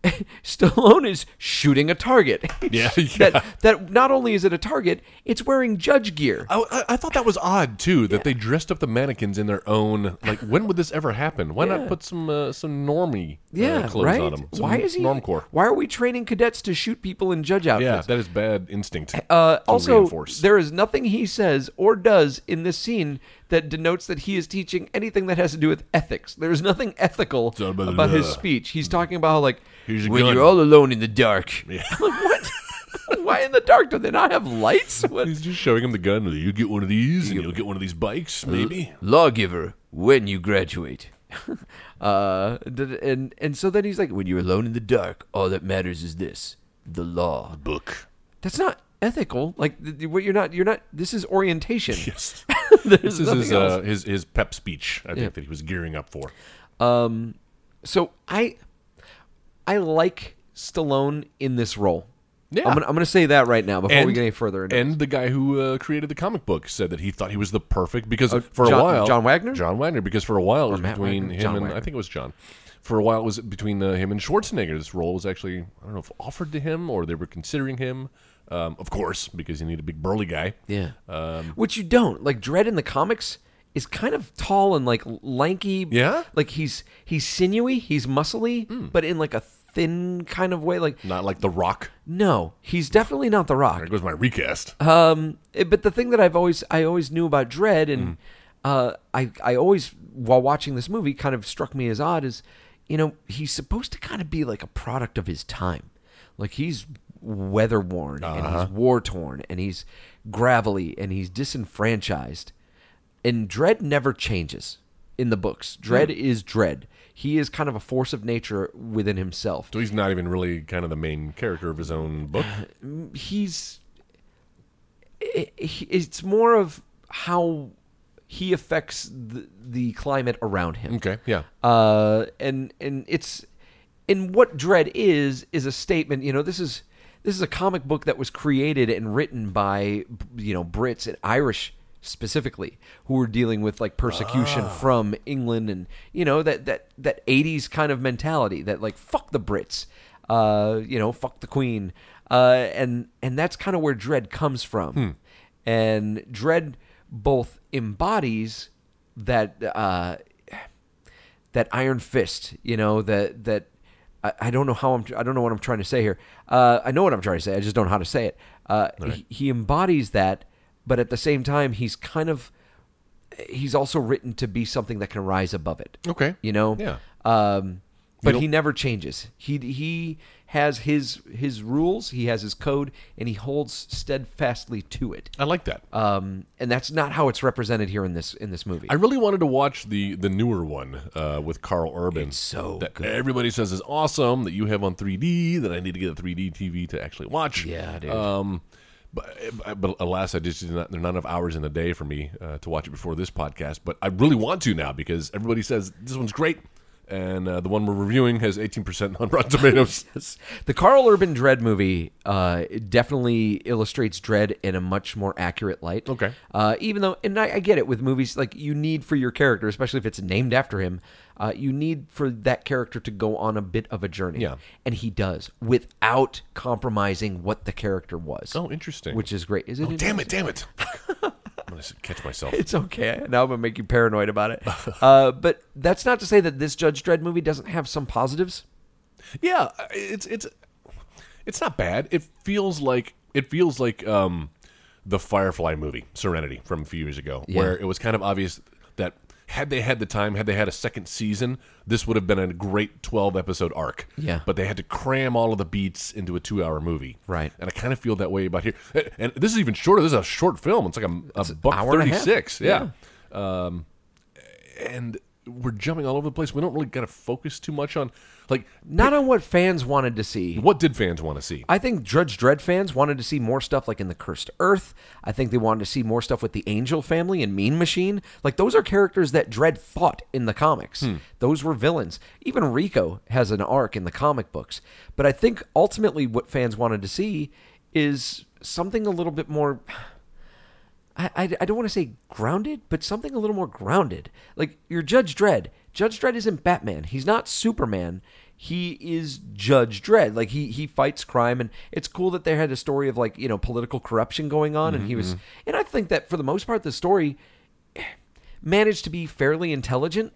S3: [laughs] Stallone is shooting a target.
S4: Yeah,
S3: [laughs]
S4: yeah.
S3: that that not only is it a target, it's wearing judge gear.
S4: I, I- I thought that was odd too that they dressed up the mannequins in their own. Like, when would this ever happen? Why not put some uh, some normie uh,
S3: yeah,
S4: clothes
S3: right.
S4: on them? Some
S3: why is he?
S4: normcore?
S3: Why are we training cadets to shoot people in judge
S4: Yeah,
S3: outfits?
S4: that is bad instinct.
S3: Uh,
S4: to
S3: also,
S4: reinforce.
S3: there is nothing he says or does in this scene that denotes that he is teaching anything that has to do with ethics. There is nothing ethical
S4: all about
S3: about,
S4: the
S3: his
S4: law.
S3: speech. He's talking about how, like,
S4: Here's a
S3: when
S4: gun.
S3: you're all alone in the dark. I'm [laughs] like, what? Why in the dark? Do they not have lights?
S4: [laughs]
S3: What?
S4: He's just showing him the gun. You get one of these, and you'll get one of these
S3: Uh,
S4: bikes, maybe.
S3: lawgiver when you graduate. [laughs] uh, d- and and so then he's like, when you're alone in the dark, all that matters is this: the law.
S4: Book.
S3: That's not ethical. Like th- th- what you're not you're not. This is orientation. [laughs]
S4: Yes.
S3: There's
S4: this is
S3: nothing
S4: his,
S3: else.
S4: uh, his his pep speech. I
S3: Yeah.
S4: think that he was gearing up for.
S3: so I I like Stallone in this role.
S4: Yeah.
S3: I'm gonna, I'm gonna say that right now before we get any further. Into
S4: and the guy who uh, created the comic book said that he thought he was the perfect because for
S3: Oh, John-
S4: a while
S3: John Wagner?
S4: John Wagner because for a while it was
S3: Matt
S4: between
S3: Wagner?
S4: him
S3: John
S4: and I
S3: Wagner.
S4: think it was John. For a while it was between uh, him and Schwarzenegger. This role was actually I don't know if offered to him or they were considering him. Um, of course, because you need a big burly guy.
S3: yeah, which you don't like. Dread in the comics is kind of tall and like lanky.
S4: Yeah?
S3: like he's he's sinewy, he's muscly, but in like a thin kind of way. Like
S4: Not like The Rock.
S3: no, he's definitely not the
S4: There
S3: Rock.
S4: goes my recast.
S3: Um, eh, but the thing that I've always I always knew about Dread, and uh, I I always while watching this movie kind of struck me as odd is, you know, he's supposed to kind of be like a product of his time, like he's weather worn and he's war torn and he's gravelly and he's disenfranchised, and Dread never changes in the books. Dread is Dread. He is kind of a force of nature within himself.
S4: so he's not even really kind of the main character of his own book.
S3: Uh-huh. he's i- i- it's more of how he affects the, the climate around him
S4: Okay, yeah.
S3: uh and and it's and what dread is is a statement you know this is this is a comic book that was created and written by you know brits and irish specifically who were dealing with like persecution from england and you know that that that 80s kind of mentality that like fuck the brits uh you know fuck the queen uh and and that's kind of where dread comes from and dread both embodies that uh that iron fist you know that that I, I don't know how i'm i don't know what i'm trying to say here uh, i know what i'm trying to say i just don't know how to say it uh, he, he embodies that but at the same time he's kind of he's also written to be something that can rise above it
S4: Okay.
S3: you know
S4: Yeah.
S3: um but
S4: don't-
S3: he never changes he he has his his rules he has his code and he holds steadfastly to it
S4: I like that.
S3: um and that's not how it's represented here in this in this movie
S4: I really wanted to watch the the newer one uh, with Carl Urban.
S3: It's so
S4: that
S3: good.
S4: everybody says is awesome that you have on 3D that I need to get a 3D TV to actually watch. Yeah,
S3: dude.
S4: Um, but, eh, but alas, I just did not. There are not enough hours in the day for me uh, to watch it before this podcast. But I really want to now because everybody says this one's great, and uh, the one we're reviewing has 18% on [laughs] Rotten Tomatoes.
S3: [laughs] Yes. The Carl Urban Dread movie uh, it definitely illustrates Dread in a much more accurate light.
S4: Okay.
S3: Uh, even though, and I, I get it with movies, like you need for your character, especially if it's named after him, uh, you need for that character to go on a bit of a journey.
S4: Yeah.
S3: And he does without compromising what the character was.
S4: oh, interesting.
S3: Which is great. Is it?
S4: oh, damn it,
S3: interesting?
S4: damn it! [laughs] I'm gonna catch myself.
S3: It's okay. Now I'm gonna make you paranoid about
S4: [laughs]
S3: it. uh, but that's not to say that this Judge Dredd movie doesn't have some positives.
S4: Yeah, uh, it's it's it's not bad. It feels like it feels like um the Firefly movie, Serenity, from a few years ago,
S3: Yeah.
S4: where it was kind of obvious that had they had the time, had they had a second season, this would have been a great twelve episode arc.
S3: Yeah.
S4: But they had to cram all of the beats into a two hour movie.
S3: Right.
S4: And I kind of feel that way about here. And- And this is even shorter. This is a short film. It's like a, a buck
S3: hour and a
S4: thirty
S3: half.
S4: six. Yeah. Um and we're jumping all over the place. We don't really got to focus too much on like
S3: Not on what fans wanted to see.
S4: what did fans want to see.
S3: I think Judge Dredd fans wanted to see more stuff like in the Cursed Earth. I think they wanted to see more stuff with the Angel family and Mean Machine. Like those are characters that Dredd fought in the comics. Those were villains. Even Rico has an arc in the comic books. But I think ultimately what fans wanted to see is something a little bit more I, I, I don't want to say grounded, but something a little more grounded. Like your Judge Dredd. Judge Dredd isn't Batman. He's not Superman. He is Judge Dredd. Like he he fights crime, and it's cool that they had a story of like you know political corruption going on, and he was.
S4: Mm-hmm.
S3: And I think that for the most part, the story managed to be fairly intelligent.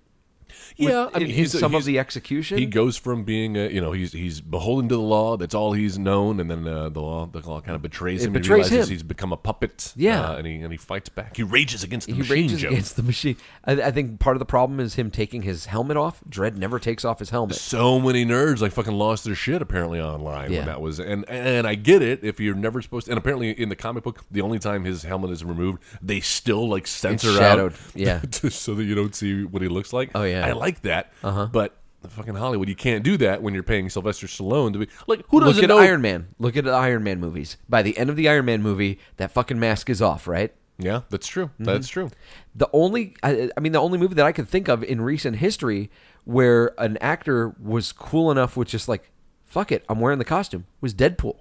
S3: with-
S4: Yeah, I
S3: in-
S4: mean,
S3: in
S4: he's a-
S3: some
S4: he's-
S3: of the execution.
S4: He goes from being a, you know he's he's beholden to the law. That's all he's known, and then uh, the law the law kind of betrays
S3: It
S4: him.
S3: betrays
S4: he realizes
S3: him.
S4: he's become a puppet.
S3: Yeah.
S4: uh, and he and he fights back. He rages against the
S3: he
S4: machine.
S3: rages
S4: Joe.
S3: against the machine. I, I think part of the problem is him taking his helmet off. Dredd never takes off his helmet.
S4: so many nerds like fucking lost their shit apparently online
S3: Yeah.
S4: when that was and and I get it if you're never supposed to and apparently in the comic book the only time his helmet is removed they still like censor
S3: shadowed,
S4: [laughs] out
S3: yeah.
S4: just so that you don't see what he looks like
S3: Oh, yeah.
S4: I like that uh-huh. but fucking Hollywood you can't do that when you're paying Sylvester Stallone to be like who doesn't
S3: Look at
S4: know
S3: Iron Man. Look at the Iron Man movies. By the end of the Iron Man movie, that fucking mask is off, right?
S4: yeah that's true
S3: Mm-hmm.
S4: that's true
S3: The only, I, I mean, the only movie that I could think of in recent history where an actor was cool enough with just like, fuck it, I'm wearing the costume, was Deadpool.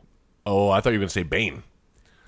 S4: oh I thought you were gonna say Bane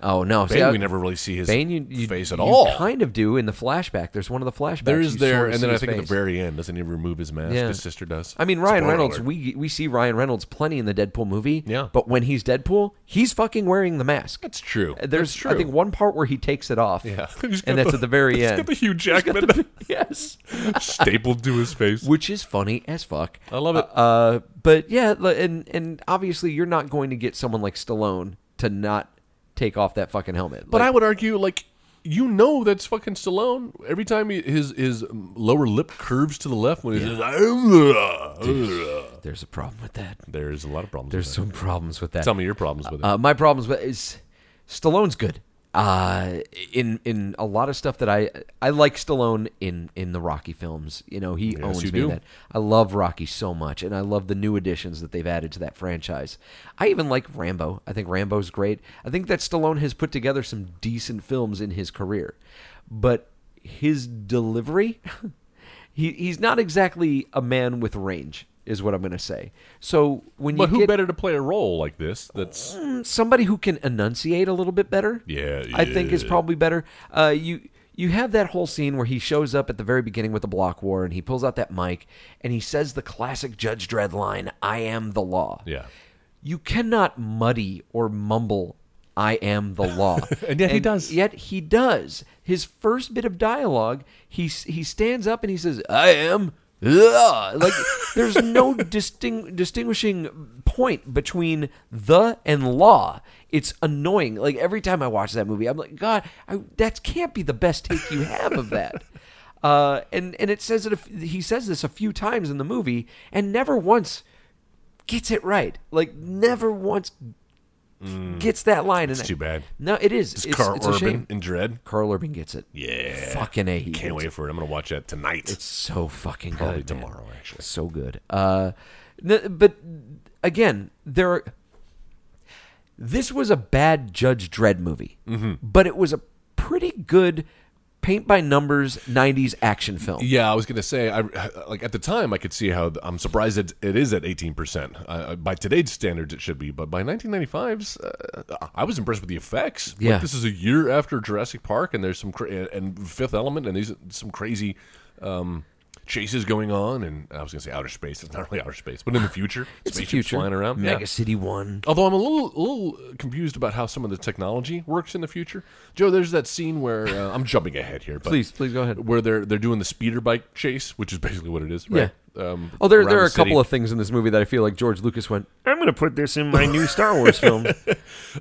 S3: Oh no,
S4: Bane
S3: See, I-
S4: we never really see his
S3: Bane, you, you-
S4: face at
S3: you
S4: all
S3: Kind of do in the flashback. There's one of the flashbacks.
S4: there is
S3: you
S4: there
S3: sorta
S4: and
S3: see
S4: then I
S3: his
S4: think at
S3: face.
S4: the very end doesn't he remove his mask
S3: Yeah.
S4: his sister does
S3: I mean, Ryan
S4: Spoiler
S3: Reynolds.
S4: alert.
S3: We we see Ryan Reynolds plenty in the Deadpool movie.
S4: Yeah.
S3: But when he's Deadpool, he's fucking wearing the mask.
S4: That's true.
S3: Uh, There's
S4: That's true.
S3: I think one part where he takes it off.
S4: Yeah. [laughs] He's got
S3: And that's at the very
S4: [laughs] he's
S3: end.
S4: got the Hugh Jackman
S3: yes.
S4: [laughs]
S3: [laughs]
S4: stapled to his face.
S3: Which is funny as fuck.
S4: I love it.
S3: Uh, but yeah, li- and and obviously you're not going to get someone like Stallone to not take off that fucking helmet.
S4: but
S3: Like,
S4: I would argue, like, you know, that's fucking Stallone. Every time he, his his lower lip curves to the left when he says, [laughs] "I'm."
S3: there's a problem with that.
S4: There's a lot of problems.
S3: There's
S4: with that.
S3: some problems with that.
S4: Tell me your problems with it.
S3: Uh, my problems with is Stallone's good. Uh, in in a lot of stuff that I I like Stallone in in the Rocky films. You know he owns
S4: you
S3: me
S4: do.
S3: that. I love Rocky so much, and I love the new additions that they've added to that franchise. I even like Rambo. I think Rambo's great. I think that Stallone has put together some decent films in his career, but his delivery, [laughs] he, he's not exactly a man with range, is what I'm going to say. So when
S4: but
S3: you
S4: who
S3: get,
S4: better to play a role like this? That's
S3: somebody who can enunciate a little bit better.
S4: Yeah,
S3: I think is
S4: yeah.
S3: probably better. Uh, you you have that whole scene where he shows up at the very beginning with the block war, and he pulls out that mic and he says the classic Judge Dredd line, "I am the law."
S4: yeah.
S3: you cannot muddy or mumble. I am the
S4: [laughs]
S3: law,
S4: And yet he does.
S3: Yet he does. His first bit of dialogue, he s- he stands up and he says, "I am." the law." Like [laughs] there's no disting, distinguishing point between the and law. It's annoying. Like every time I watch that movie, I'm like, God, I, that can't be the best take you have of that. [laughs] Uh, and and it says it. a f- He says this a few times in the movie, and never once gets it right. Like never once gets that line. It's
S4: Mm. too bad.
S3: No, it is. It's,
S4: It's Carl
S3: it's a
S4: Urban
S3: shame.
S4: in Dread.
S3: Carl Urban gets it.
S4: Yeah.
S3: Fucking a. He
S4: Can't
S3: gets
S4: wait for it. I'm gonna watch that tonight.
S3: It's so fucking
S4: Probably
S3: good. man.
S4: tomorrow, actually.
S3: So good. Uh, n- but again, there. Are, this was a bad Judge Dredd movie,
S4: Mm-hmm.
S3: but it was a pretty good paint by numbers '90s action film.
S4: Yeah, I was gonna say, I like at the time I could see how I'm surprised it, it is at 18 percent uh, by today's standards it should be, but by 1995's, uh, I was impressed with the effects. Like,
S3: Yeah.
S4: this is a year after Jurassic Park, and there's some cra- and Fifth Element, and these some crazy um, chases going on, and I was gonna say outer space. It's not really outer space, but in the future,
S3: [sighs] It's the
S4: spaceships
S3: future.
S4: flying around. Yeah.
S3: Mega City One.
S4: Although I'm a little a little confused about how some of the technology works in the future, Joe. There's that scene where uh, I'm jumping ahead here. But
S3: Please, please go ahead.
S4: Where they're they're doing the speeder bike chase, which is basically what it is. Right? Um,
S3: Oh, there
S4: around
S3: there are
S4: the
S3: a couple
S4: city.
S3: of things in this movie that I feel like George Lucas went.
S5: I'm going to put this in my
S4: [laughs]
S5: new Star Wars film.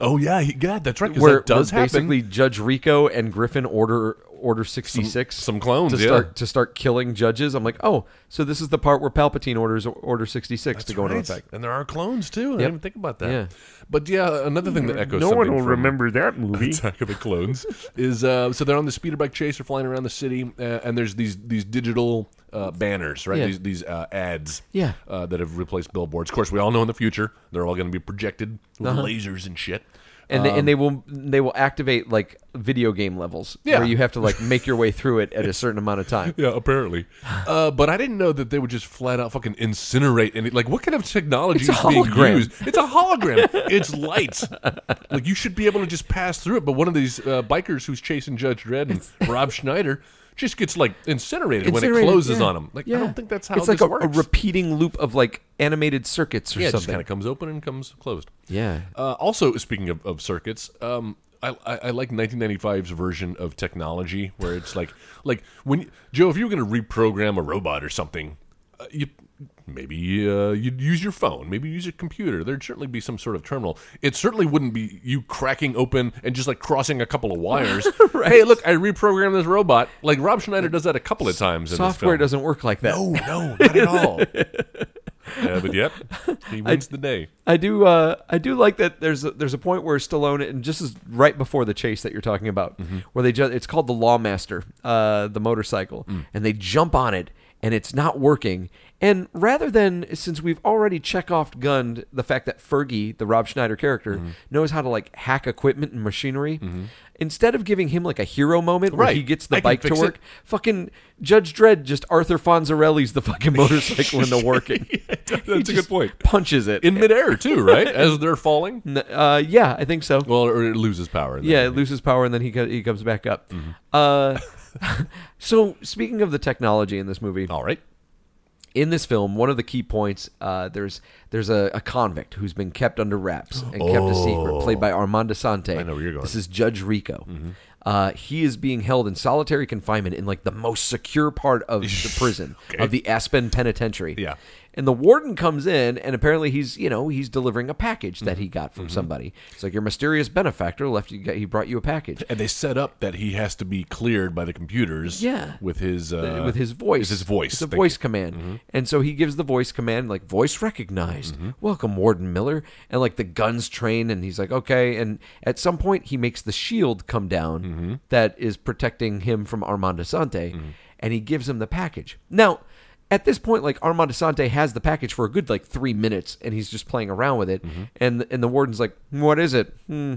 S4: Oh yeah, he, God, that's right. Because
S3: where,
S4: that does
S3: where
S4: happen.
S3: basically Judge Rico and Griffin order Order sixty six,
S4: some clones,
S3: to
S4: yeah.
S3: start to start killing judges. I'm like, oh, so this is the part where Palpatine orders Order sixty six to go into
S4: Right.
S3: effect.
S4: And there are clones too. I didn't even think about that.
S3: Yeah.
S4: But yeah, another thing that echoes.
S5: no one
S4: something
S5: will
S4: from
S5: remember that movie.
S4: Attack of
S3: [laughs]
S4: the Clones is uh, so they're on the speeder bike chase, they're flying around the city, uh, and there's these these digital uh, banners, right?
S3: Yeah.
S4: These these uh, ads,
S3: Yeah.
S4: uh, that have replaced billboards. Of course, we all know in the future they're all going to be projected with
S3: Uh-huh.
S4: lasers and shit.
S3: and they, and they will they will activate like video game levels
S4: Um, Yeah.
S3: where you have to
S4: [laughs]
S3: like make your way through it at a certain amount of time.
S4: Yeah, apparently. Uh, but I didn't know that they would just flat out fucking incinerate any. Like, what kind of technology
S3: It's a
S4: is being
S3: hologram.
S4: used? It's a hologram. it's light. Like, you should be able to just pass through it. But one of these uh, bikers who's chasing Judge Dredd
S3: [laughs]
S4: and Rob Schneider just gets, like, incinerated, when it
S3: Incinerated,
S4: closes
S3: yeah.
S4: on him. Like, I
S3: Yeah.
S4: don't think that's how
S3: it's like
S4: this
S3: a,
S4: works.
S3: a repeating loop of like animated circuits or
S4: yeah, it just
S3: something.
S4: kind of comes open and comes closed.
S3: yeah,
S4: Uh, also, speaking of, of circuits, um, I, I, I like 1995's version of technology where it's like, [laughs] like when Joe, if you were going to reprogram a robot or something, uh, you maybe uh, you'd use your phone, maybe use your computer. There'd certainly be some sort of terminal. It certainly wouldn't be you cracking open and just like crossing a couple
S3: [laughs]
S4: of wires. Hey, look, I reprogrammed this robot. Like Rob Schneider does that a couple of times. in this
S3: software
S4: film.
S3: doesn't work like that.
S4: No, no, not
S3: [laughs]
S4: at all. yeah, but yep, he wins the day. [laughs]
S3: I do. Uh, I do like that. There's a, there's a point where Stallone and just is right before the chase that you're talking about,
S4: Mm-hmm.
S3: where they just it's called the Lawmaster, uh, the motorcycle,
S4: Mm.
S3: and they jump on it and it's not working. And rather than since we've already check off gunned the fact that Fergie, the Rob Schneider character,
S4: Mm-hmm.
S3: knows how to like hack equipment and machinery, instead of giving him like a hero moment where
S4: Right.
S3: he gets the
S4: I can
S3: bike to
S4: fix it.
S3: work, fucking Judge Dredd just Arthur Fonzarelli's the
S4: [laughs]
S3: fucking motorcycle into working.
S4: That's
S3: He
S4: a good
S3: just
S4: point.
S3: Punches it
S4: in midair too, right? As they're falling.
S3: N- Uh, yeah, I think so.
S4: Well, or it loses power. then.
S3: yeah, it loses power and then he co- he comes back up. Uh, [laughs] so speaking of the technology in this movie,
S4: All right.
S3: in this film, one of the key points uh, there's there's a, a convict who's been kept under wraps and kept a secret, played by Armando Sante. I
S4: Oh. know where you're going. Mm-hmm.
S3: This is Judge Rico. Uh, he is being held in solitary confinement in like the most secure part
S4: [laughs]
S3: of the prison of the Aspen Penitentiary.
S4: Yeah.
S3: And the warden comes in, and apparently he's you know he's delivering a package that
S4: Mm-hmm.
S3: he got from somebody. It's like your mysterious benefactor left you. He brought you a package.
S4: And they set up that he has to be cleared by the computers.
S3: Yeah.
S4: With his uh,
S3: with his voice.
S4: With his voice.
S3: It's a
S4: Thank
S3: voice
S4: you. Mm-hmm.
S3: command. And so he gives the voice command, like, voice recognized. Welcome, Warden Miller. And, like, the guns train, and he's like, okay. And at some point, he makes the shield come down
S4: Mm-hmm.
S3: that is protecting him from Armando Sante, and he gives him the package. Now, at this point, like Armando Sante has the package for a good like three minutes, and he's just playing around with it.
S4: Mm-hmm.
S3: And and the warden's like, "What is it?" Hmm.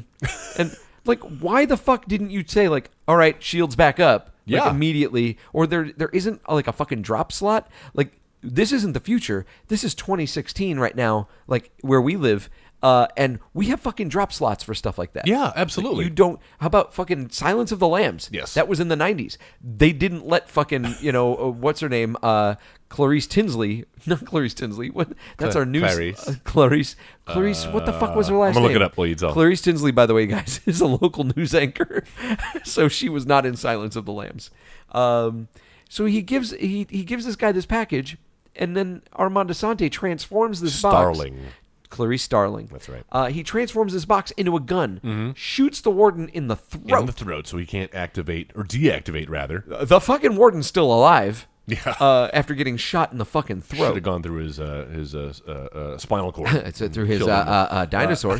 S3: and like, why the fuck didn't you say like, "All right, shields back up"? Like,
S4: Yeah.
S3: immediately or there there isn't uh, like a fucking drop slot like this isn't the future this is 2016 right now like where we live uh, and we have fucking drop slots for stuff like that
S4: Yeah, absolutely.
S3: you don't how about fucking silence of the lambs
S4: Yes.
S3: that was in the 90s they didn't let fucking you know uh, what's her name uh clarice tinsley [laughs] not clarice tinsley what that's
S4: Cla-
S3: our news
S4: Clarice.
S3: uh, clarice clarice what the fuck was her last
S4: I'ma
S3: name
S4: look it up while you tell.
S3: clarice tinsley by the way [laughs] guys is a local news anchor [laughs] so she was not in silence of the lambs um so he gives he he gives this guy this package and then Armando Sante transforms this
S4: Starling.
S3: box Clarice Starling.
S4: That's right. Mm-hmm.
S3: Uh, he transforms his box into a gun, shoots the warden in the throat.
S4: In the throat, so he can't activate or deactivate. Rather,
S3: the-, fucking warden's still alive.
S4: Yeah.
S3: Uh, after getting shot in the fucking
S4: should have
S3: throat.
S4: gone through his uh, his uh, uh, uh, spinal cord.
S3: [laughs] It's uh, through his uh,
S4: Mm-hmm. Killed
S3: uh,
S4: him.
S3: uh,
S4: [laughs]
S3: dinosaur.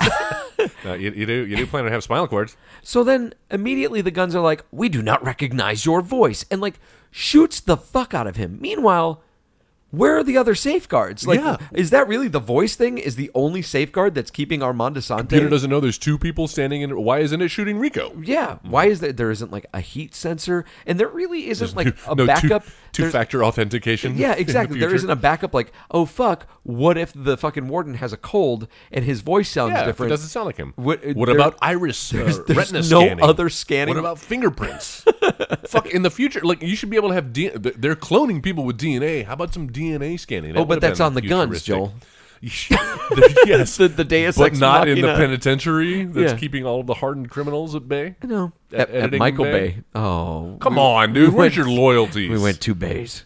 S4: Uh, you, you do you do plan on have spinal cords?
S3: so then immediately the guns are like, "We do not recognize your voice," and like shoots the fuck out of him. Meanwhile. Where are the other safeguards? Like,
S4: Yeah.
S3: is that really the voice thing? Is the only safeguard that's keeping Armando Sante?
S4: Peter doesn't know there's two people standing in. Why isn't it shooting Rico?
S3: Yeah. Why is that there isn't like a heat sensor and there really isn't like a
S4: [laughs] no
S3: backup
S4: two
S3: there's-
S4: factor authentication.
S3: Yeah,
S4: [laughs] in the
S3: exactly. there
S4: future.
S3: isn't a backup like, oh fuck, what if the fucking warden has a cold and his voice sounds
S4: Yeah, if it
S3: different?
S4: doesn't sound like him.
S3: What, uh,
S4: What
S3: there- [laughs]
S4: about iris uh,
S3: there's- there's
S4: retina
S3: no
S4: scanning?
S3: other scanning.
S4: What about fingerprints? [laughs] Fuck, in the future, like you should be able to have D- they're cloning people with DNA. How about some DNA scanning? That
S3: Oh, but
S4: would've
S3: that's
S4: been
S3: on the guns,
S4: futuristic.
S3: Joel.
S4: [laughs] yes,
S3: [laughs] The- the Deus
S4: but
S3: Ex
S4: not in the
S3: Machina.
S4: penitentiary that's
S3: Yeah.
S4: keeping all of the hardened criminals at bay.
S3: No.
S4: At-
S3: At, at
S4: editing
S3: Michael
S4: bay?
S3: Bay. Oh.
S4: Come on, dude.
S3: went-
S4: Where's your loyalties?
S3: We went two bays.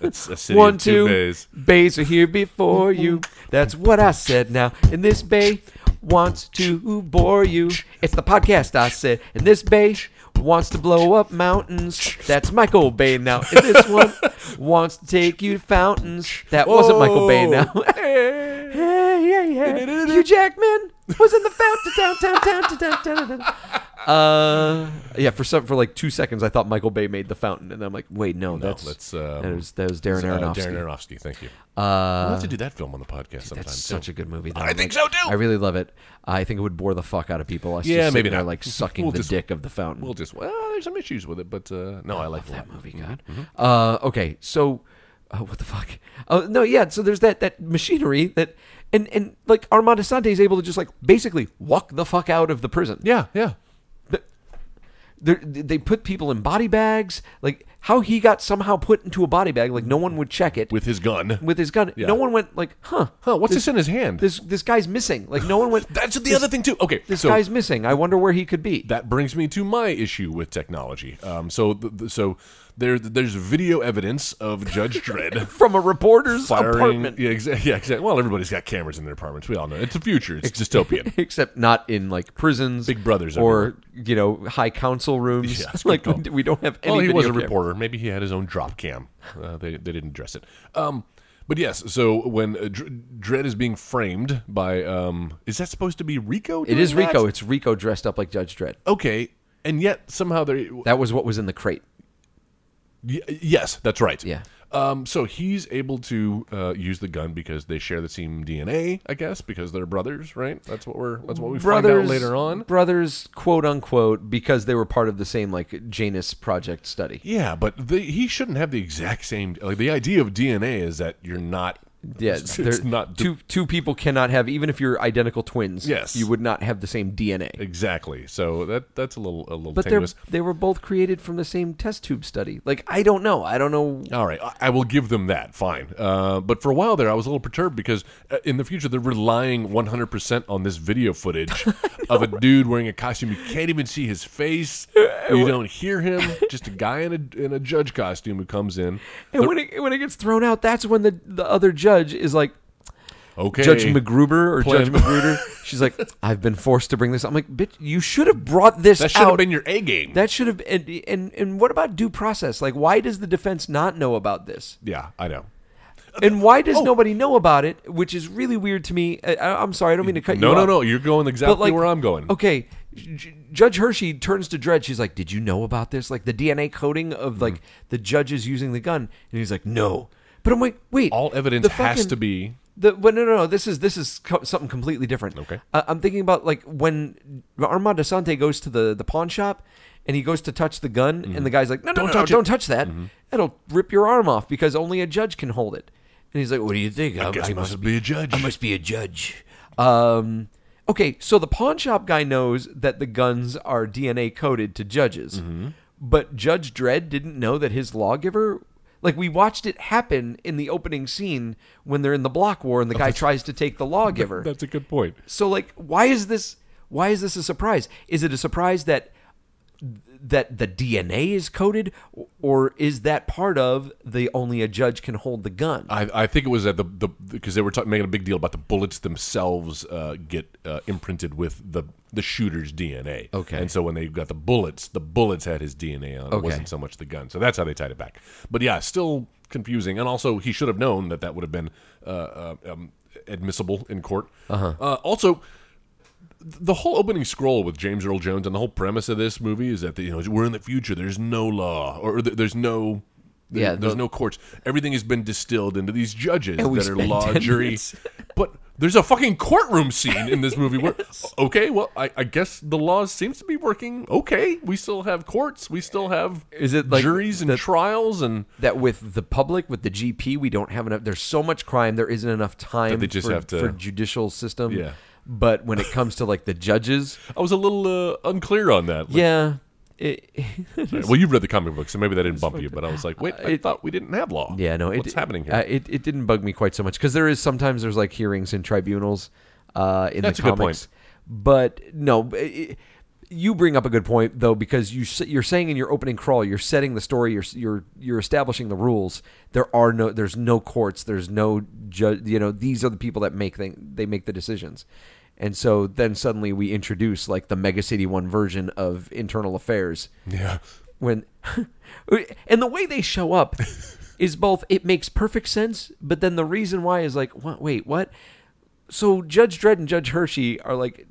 S4: It's a city
S3: One,
S4: of two,
S3: two.
S4: bays.
S3: Bays are here before you. That's what I said now. And this bay wants to bore you. It's the podcast I said. And this bay wants to blow up mountains. That's Michael Bay now. And this
S4: [laughs]
S3: one wants to take you to fountains. That wasn't Michael
S4: Oh,
S3: Bay now. hey, [laughs] yeah, yeah. Hugh Jackman was in the fountain. Down, down, down, down, down, down, down. Uh, yeah. For some, for like two seconds, I thought Michael Bay made the fountain, and I'm like, wait, no, that's
S4: that's, um,
S3: that was that was Darren
S4: Uh,
S3: Aronofsky.
S4: Darren Aronofsky, thank you. Uh, we'll have to do that film on the podcast sometime.
S3: That's
S4: too.
S3: such a good movie. Though.
S4: I think so, too.
S3: I really love it. I think it would bore the fuck out of people. Us
S4: Yeah,
S3: just
S4: maybe
S3: sitting there,
S4: not.
S3: like sucking
S4: We'll
S3: the
S4: just-
S3: dick of the fountain.
S4: We'll just well, there's some issues with it, but uh, no, I, like
S3: that
S4: that.
S3: movie, God.
S4: Mm-hmm.
S3: Uh, okay, so uh, what the fuck? Oh no, yeah. So there's that that machinery that, and and like Armand Asante is able to just like basically walk the fuck out of the prison.
S4: Yeah, yeah.
S3: They're- they put people in body bags. Like how he got somehow put into a body bag, like no one would check it
S4: With his gun.
S3: with his gun.
S4: Yeah.
S3: No one went like, huh,
S4: huh? What's this, in his hand?
S3: This this guy's missing. Like no one went.
S4: [laughs] That's the
S3: this-
S4: other thing too. Okay,
S3: This
S4: so
S3: guy's missing. I wonder where he could be. [laughs]
S4: that brings me to my issue with technology. Um, so th- th- so there there's video evidence of
S3: [laughs]
S4: Judge Dredd
S3: from a reporter's
S4: firing.
S3: apartment.
S4: Yeah, exactly. Yeah, exactly. Well, everybody's got cameras in their apartments. We all know it's the future. It's dystopian.
S3: [laughs] Except not in like prisons,
S4: Big brothers
S3: or you know high council rooms. [laughs]
S4: Yeah, that's a
S3: like
S4: good
S3: we,
S4: call.
S3: we don't have any.
S4: well, he was a
S3: video camera.
S4: reporter. Maybe he had his own drop cam. Uh, they they didn't address it. Um, but yes, so when uh, Dr- Dredd is being framed by, um, is that supposed to be Rico?
S3: It is
S4: doing that?
S3: Rico. It's Rico dressed up like Judge Dredd.
S4: Okay, and yet somehow they
S3: That was what was in the crate.
S4: Y- yes, that's right.
S3: Yeah.
S4: Um, so he's able to uh, use the gun because they share the same DNA, I guess, because they're brothers, right? That's what we're. That's what we find out later on.
S3: brothers, quote unquote, because they were part of the same like Janus project study.
S4: Yeah, but they, he shouldn't have the exact same. Like the idea of DNA is that you're not.
S3: [laughs] Yeah,
S4: it's,
S3: they're-
S4: it's not
S3: two two people cannot have even if you're identical twins.
S4: Yes.
S3: you would not have the same DNA.
S4: exactly. So that that's a little a little.
S3: But they are
S4: tenuous.
S3: they were both created from the same test tube study. Like I don't know. I don't know.
S4: All right, I- I will give them that. Fine, uh, but for a while there, I was a little perturbed because uh, in the future they're relying 100 percent on this
S3: [laughs]
S4: video footage of a dude wearing a costume. You can't even see his face. You don't hear him. Just a guy in a in a judge costume who comes in.
S3: And when it when it gets thrown out, that's when the the other judge is like
S4: Okay,
S3: Judge McGruber or
S4: Plan-
S3: Judge
S4: [laughs]
S3: Magruder. She's like, I've been forced to bring this. I'm like, bitch, you should have brought this
S4: that should have
S3: out.
S4: been your A game.
S3: that should have and, and and what about due process? Like, why does the defense not know about this?
S4: yeah, I know.
S3: And why does
S4: Oh.
S3: nobody know about it? Which is really weird to me. I, I- I'm sorry, I don't mean to cut you.
S4: No, no,
S3: off.
S4: no. You're going exactly where I'm going.
S3: Okay, J- Judge Hershey turns to Dredd. She's like, "Did you know about this? Like the DNA coding of like
S4: Mm-hmm.
S3: the judges using the gun?" And he's like, "No." But I'm like, wait.
S4: All evidence
S3: the
S4: has
S3: fucking-
S4: to be-
S3: The, but no, no, no. This is this is co- something completely different.
S4: Okay.
S3: I- I'm thinking about like when Armand Asante goes to the the pawn shop and he goes to touch the gun, and the guy's like, "No, no,
S4: Mm-hmm. Don't
S3: no,
S4: touch it." Mm-hmm.
S3: don't touch that. That'll rip your arm off because only a judge can hold it." And he's like, "What do you think?
S4: I guess I must be a judge.
S3: I must be a judge. Um, okay, so the pawn shop guy knows that the guns are DNA coded to judges, but Judge Dredd didn't know that his lawgiver. Like we watched it happen in the opening scene when they're in the block war and the guy tries to take the lawgiver.
S4: That's a good point.
S3: So like, why is this? Why is this a surprise? Is it a surprise that that the DNA is coded, or is that part of the only a judge can hold the gun?
S4: I, I think it was at the the because they were talk, making a big deal about the bullets themselves uh, get uh, imprinted with the the shooter's DNA.
S3: Okay.
S4: and so when they got the bullets, the bullets had his DNA on. it. It
S3: Okay.
S4: wasn't so much the gun. So that's how they tied it back. But yeah, still confusing. And also, he should have known that that would have been uh, uh, um, admissible in court. Uh-huh. also. The whole opening scroll with James Earl Jones and the whole premise of this movie is that the, you know we're in the future. There's no law, or th- there's no,
S3: Yeah,
S4: there's
S3: the-
S4: no courts. Everything has been distilled into these judges
S3: And we
S4: that are
S3: spent
S4: law
S3: 10
S4: jury.
S3: minutes.
S4: [laughs] But there's a fucking courtroom scene in this
S3: [laughs]
S4: movie where okay, well, I, I guess the law seems to be working. Okay, we still have courts. We still have
S3: Is it like
S4: juries and
S3: that-
S4: trials and
S3: that with the public, with the GP, we don't have enough. There's so much crime, there isn't enough time
S4: they just
S3: for,
S4: have to-
S3: for judicial system.
S4: Yeah.
S3: But when it comes to like the judges,
S4: I was a little uh, unclear on that. Like,
S3: yeah, it,
S4: Well, you've read the comic book, so maybe that didn't bump you, but
S3: [laughs]
S4: I was like, wait, I
S3: it-
S4: thought we didn't have law.
S3: yeah, no, it,
S4: what's happening here?
S3: uh, it it didn't bug me quite so much because there is sometimes there's like hearings in tribunals uh, in
S4: That's a
S3: the
S4: good point.
S3: comics. But no, it, you bring up a good point though because you s- you're saying in your opening crawl, you're setting the story, you're s- you're you're establishing the rules. There are no there's no courts, there's no ju- you know these are the people that make thing they make the decisions. And so then suddenly we introduce like the Mega City One version of Internal Affairs
S4: Yeah.
S3: when [laughs] and the way they show
S4: [laughs]
S3: up is both it makes perfect sense but then the reason why is like what wait what so judge dredd and judge hershey are like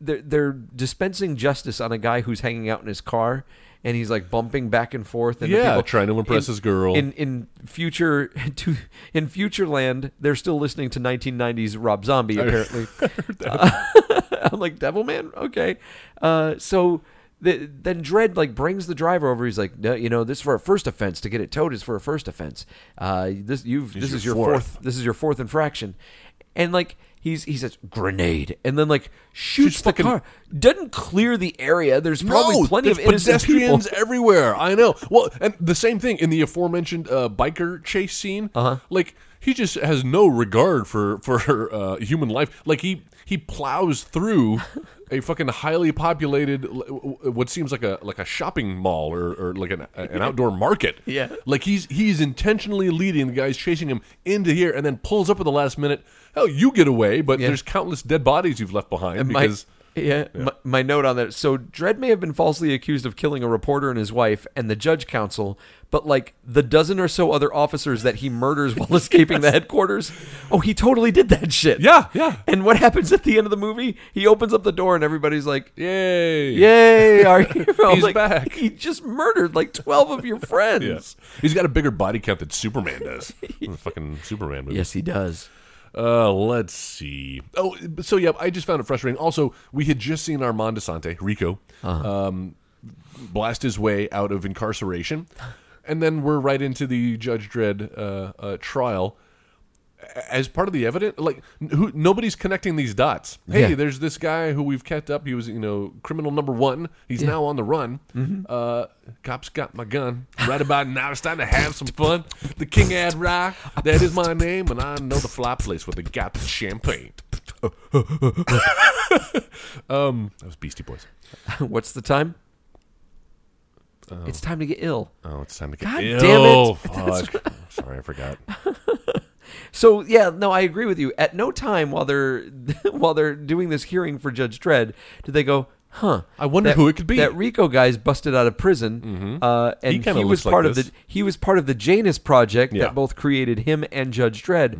S3: they're, they're dispensing justice on a guy who's hanging out in his car and he's like bumping back and forth and the
S4: Yeah,
S3: people-
S4: trying to impress
S3: in-
S4: his girl.
S3: in in future [laughs] to in future land they're still listening to 1990s rob
S4: [laughs]
S3: zombie apparently [laughs] I'm like, Devil Man? Okay. Uh, so th- then Dredd like brings the driver over. He's like, no, you know, this is for a first offense. To get it towed is for a first offense. Uh, this you've this
S4: your
S3: is your
S4: fourth.
S3: fourth. This is your fourth infraction. And like he's he says grenade, and then like shoots
S4: Shoots
S3: the
S4: fucking-
S3: car. Doesn't clear the area. There's probably
S4: no,
S3: plenty
S4: there's
S3: of innocent people.
S4: pedestrians everywhere. I know. Well, and the same thing in the aforementioned uh, biker chase scene. Uh-huh. Like he just has no regard for for uh, human life. Like he he plows through a fucking highly populated l- w- what seems like a like a shopping mall or, or like an, an outdoor market.
S3: [laughs] Yeah.
S4: Like he's he's intentionally leading the guys chasing him into here and then pulls up at the last minute. Hell, you get away, but
S3: Yeah.
S4: there's countless dead bodies you've left behind because
S3: [laughs] my, yeah, My, my note on that. So Dredd may have been falsely accused of killing a reporter and his wife and the judge counsel, but like the dozen or so other officers that he murders
S4: [laughs]
S3: while escaping the headquarters, oh, he totally did that shit.
S4: Yeah, yeah.
S3: And what happens at the end of the movie? He opens up the door and everybody's like,
S4: yay, [laughs]
S3: "Yay, our hero!"
S4: He's
S3: Like,
S4: back.
S3: He just murdered like twelve of
S4: [laughs]
S3: your friends.
S4: Yes. He's got a bigger body count than Superman does. in the fucking Superman movie.
S3: Yes, he does. [laughs]
S4: Uh, let's see. Oh, so yeah, I just found it frustrating. Also, we had just seen Armand Desante, Rico, um, blast his way out of incarceration. And then we're right into the Judge Dredd uh, uh, trial. As part of the evidence, like who, nobody's connecting these dots. Hey,
S3: Yeah.
S4: there's this guy who we've kept up. He was, you know, criminal number one. He's now on the run. Uh, cops got my gun. Right about now, it's time to have some fun. The King Ad Rock, that is my name, and I know the fly place where they got the champagne. [laughs] um, that was Beastie Boys.
S3: What's the time? It's time to get ill.
S4: Oh, it's time to get
S3: God
S4: Ew,
S3: damn it. [laughs]
S4: Fuck. Sorry, I forgot.
S3: So yeah, no, I agree with you. At no time while they're [laughs] while they're doing this hearing for Judge Dredd did they go, huh?
S4: I wonder
S3: that-
S4: who it could be." Mm-hmm.
S3: That Rico guy's busted out of prison, uh, and he,
S4: kinda
S3: was
S4: looks like
S3: part of
S4: this.
S3: the he was part of the Janus project
S4: Yeah. Mm-hmm.
S3: that both created him and Judge Dredd.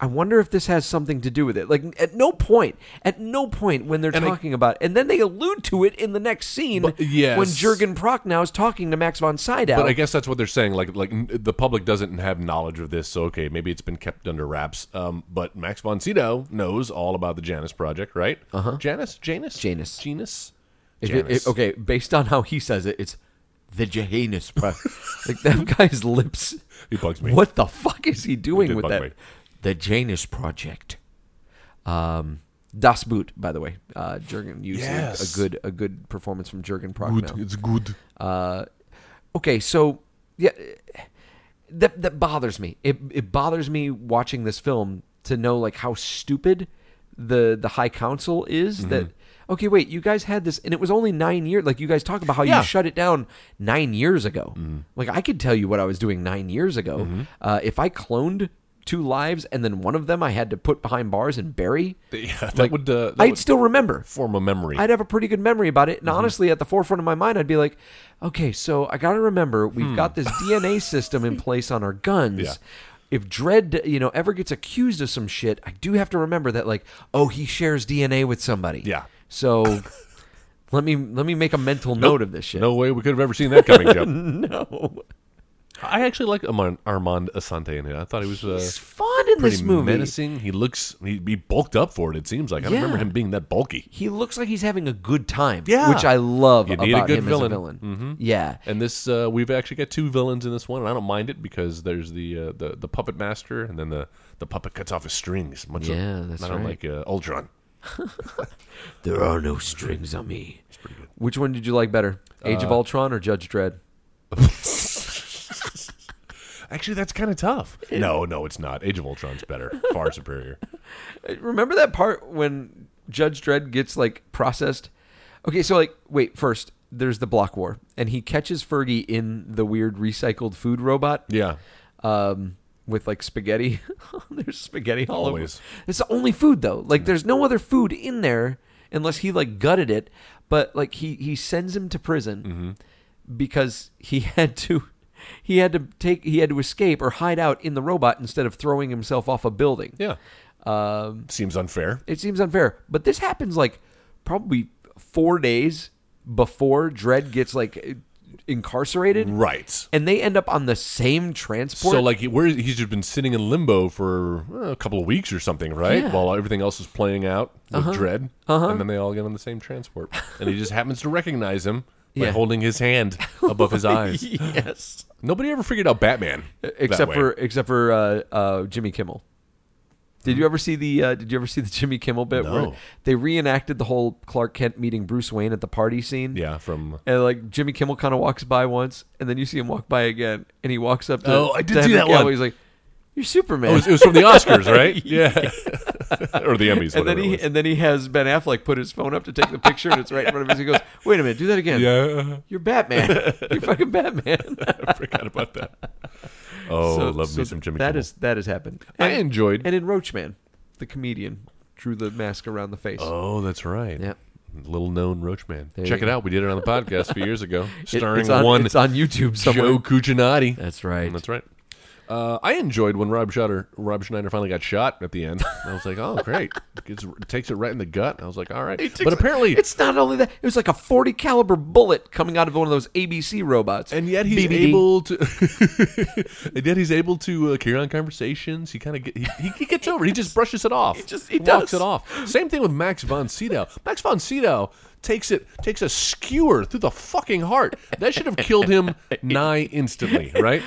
S3: I wonder if this has something to do with it. Like at no point, at no point when they're
S4: And I-
S3: talking about, and then they allude to it in the next scene
S4: But- yes.
S3: when Jurgen Prochnow is talking to Max von Sydow.
S4: But I guess that's what they're saying. Like, like n- the public doesn't have knowledge of this, so okay, maybe it's been kept under wraps. Um, but Max von Sydow knows all about the Janus Project, right? Uh huh. Janus, Janus,
S3: Uh-huh. Janus.
S4: Janus.
S3: If it-
S4: Janus.
S3: if- okay, based on how he says it, it's the Jehanus.
S4: [laughs]
S3: like that guy's lips.
S4: He bugs me.
S3: What the fuck is he doing
S4: did
S3: with
S4: bug
S3: that?
S4: me.
S3: The Janus Project. Um, Das Boot, by the way, uh, Jurgen used a-
S4: Yes.
S3: a good a good performance from Jurgen
S4: Good.
S3: Prochnow.
S4: It's good.
S3: Uh, okay, so yeah, that that bothers me. It it bothers me watching this film to know like how stupid the the High Council is.
S4: Mm-hmm.
S3: That okay, wait, you guys had this, and it was only nine years. Like you guys talk about how
S4: Yeah. Mm-hmm.
S3: you shut it down nine years ago. Like I could tell you what I was doing nine years ago. Uh, if I cloned two lives and then one of them I had to put behind bars and bury,
S4: [laughs] Yeah, that
S3: like,
S4: would. Uh, that
S3: I'd
S4: would
S3: still remember.
S4: form a memory.
S3: I'd have a pretty good memory about it. And
S4: Mm-hmm.
S3: honestly, at the forefront of my mind, I'd be like, okay, so I got to remember we've got this DNA system in place on our guns.
S4: Hmm. Yeah.
S3: If Dredd, you know, ever gets accused of some shit, I do have to remember that, like, oh, he shares DNA with somebody.
S4: Yeah.
S3: So [laughs] let me let me make a mental note of this shit.
S4: no way we could have ever seen that coming,
S3: [laughs]
S4: Joe.
S3: no.
S4: I actually like Armand, Armand Asante in it. I thought he was uh,
S3: It's fun in
S4: pretty
S3: this movie.
S4: menacing. He looks he, he bulked up for it. It seems like I don't
S3: Yeah.
S4: remember him being that bulky.
S3: He looks like he's having a good time.
S4: Yeah.
S3: Which I love
S4: You
S3: about
S4: need a good
S3: him
S4: villain. Mm-hmm.
S3: as a villain. Yeah.
S4: And this, uh, we've actually got two villains in this one, and I don't mind it because there's the uh, the, the puppet master, and then the, the puppet cuts off his strings. Much
S3: Yeah,
S4: of,
S3: that's
S4: not unlike
S3: right.
S4: uh, Ultron.
S3: There are no strings on me. Which one did you like better, Age
S4: Uh,
S3: of Ultron or Judge Dredd?
S4: Actually, that's kind of tough. No, no, it's not. Age of Ultron's better,
S3: [laughs]
S4: far superior.
S3: Remember that part when Judge Dredd gets like processed? Okay, so like, wait, first there's the block war, and he catches Fergie in the weird recycled food robot.
S4: Yeah,
S3: Um, with like spaghetti. [laughs] there's spaghetti all
S4: Always.
S3: over. It's the only food though. Like there's no other food in there unless he like gutted it. But like he he sends him to prison because he [laughs] had to he had to take he had to escape or hide out in the robot instead of throwing himself off a building.
S4: Yeah. Um, Seems unfair.
S3: It seems unfair, but this happens like probably four days before Dredd gets like incarcerated,
S4: Right.
S3: And they end up on the same transport. [laughs]
S4: So like he- where he's just been sitting in limbo for uh, a couple of weeks or something, right?
S3: Yeah. Uh-huh.
S4: While everything else is playing out with dread, and then they all get on the same transport, and he just happens to recognize him by
S3: Yeah.
S4: holding
S3: [laughs]
S4: his hand above his eyes.
S3: yes,
S4: Nobody ever figured out Batman, that
S3: E, except
S4: way.
S3: for except for uh, uh, Jimmy Kimmel. Did you ever see the uh, Did you ever see the [laughs] Jimmy Kimmel bit where
S4: No.
S3: they reenacted the whole Clark Kent meeting Bruce Wayne at the party scene?
S4: yeah, from oh,
S3: And like Jimmy Kimmel kind of walks by once, and then you see him walk by again, and he walks up to
S4: Oh, I
S3: to
S4: did see
S3: Henry
S4: that one. Oh,
S3: Cavill, He's like, "You're Superman."
S4: it was, it was from
S3: [laughs]
S4: the Oscars, right? yeah, [laughs] or the Emmys,
S3: and
S4: whatever
S3: then he
S4: it was.
S3: and then he has Ben Affleck put his phone up to take the picture, and it's right in front of his. He goes, "Wait a minute, do that again."
S4: yeah, [laughs]
S3: You're Batman. You're fucking Batman.
S4: I forgot about that. [laughs] Oh, love me
S3: so
S4: some Jimmy
S3: That
S4: Kimmel.
S3: is- that has happened.
S4: I enjoyed-
S3: And in Roachman, the comedian drew the mask around the face.
S4: Oh, that's right.
S3: Yep.
S4: Little known Roach Man.
S3: There
S4: Check
S3: you
S4: it
S3: go.
S4: out. We did it on the podcast a few years ago,
S3: [laughs] It-
S4: starring
S3: it's on,
S4: one
S3: It's on YouTube somewhere.
S4: Joe Cucinotti.
S3: That's right.
S4: That's right. Uh, I enjoyed when Rob Shutter, Rob Schneider finally got shot at
S3: [laughs]
S4: the end. I was like, oh great, Gets, takes it right in the gut. I was like, all right. But apparently,
S3: it's not only that. It was like a 40 caliber bullet coming out of one of those ABC robots.
S4: and yet he's
S3: BBD.
S4: able to. [laughs] and yet he's able to uh, carry on conversations. He kind of get, he, he, he gets over. it.
S3: [laughs]
S4: He just brushes it off. He
S3: just- he
S4: walks
S3: does.
S4: it off. Same thing with Max von Sydow. Max von Sydow takes it takes a skewer through the fucking heart. That should have
S3: [laughs]
S4: killed him nigh instantly, right?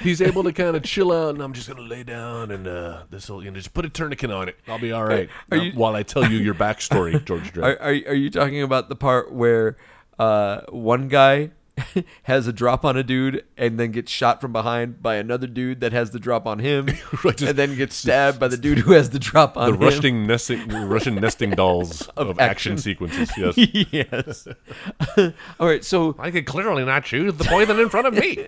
S4: he's able to kind of chill out, and I'm just gonna lay down and uh, this will you know, just put a tourniquet on it. I'll be all right.
S3: Are
S4: Now,
S3: you-
S4: while I tell
S3: [laughs]
S4: you your backstory, George Dredd.
S3: Are, are, are you talking about the part where uh, one guy [laughs] has a drop on a dude and then gets shot from behind by another dude that has the drop on him
S4: [laughs] Right, just-
S3: and then gets stabbed by the dude who has the drop on
S4: the
S3: him? [laughs]
S4: Russian nesting, Russian nesting dolls of, action.
S3: action.
S4: sequences.
S3: [laughs]
S4: Yes,
S3: yes. All right, so
S4: I could clearly not shoot the boy that in front of me.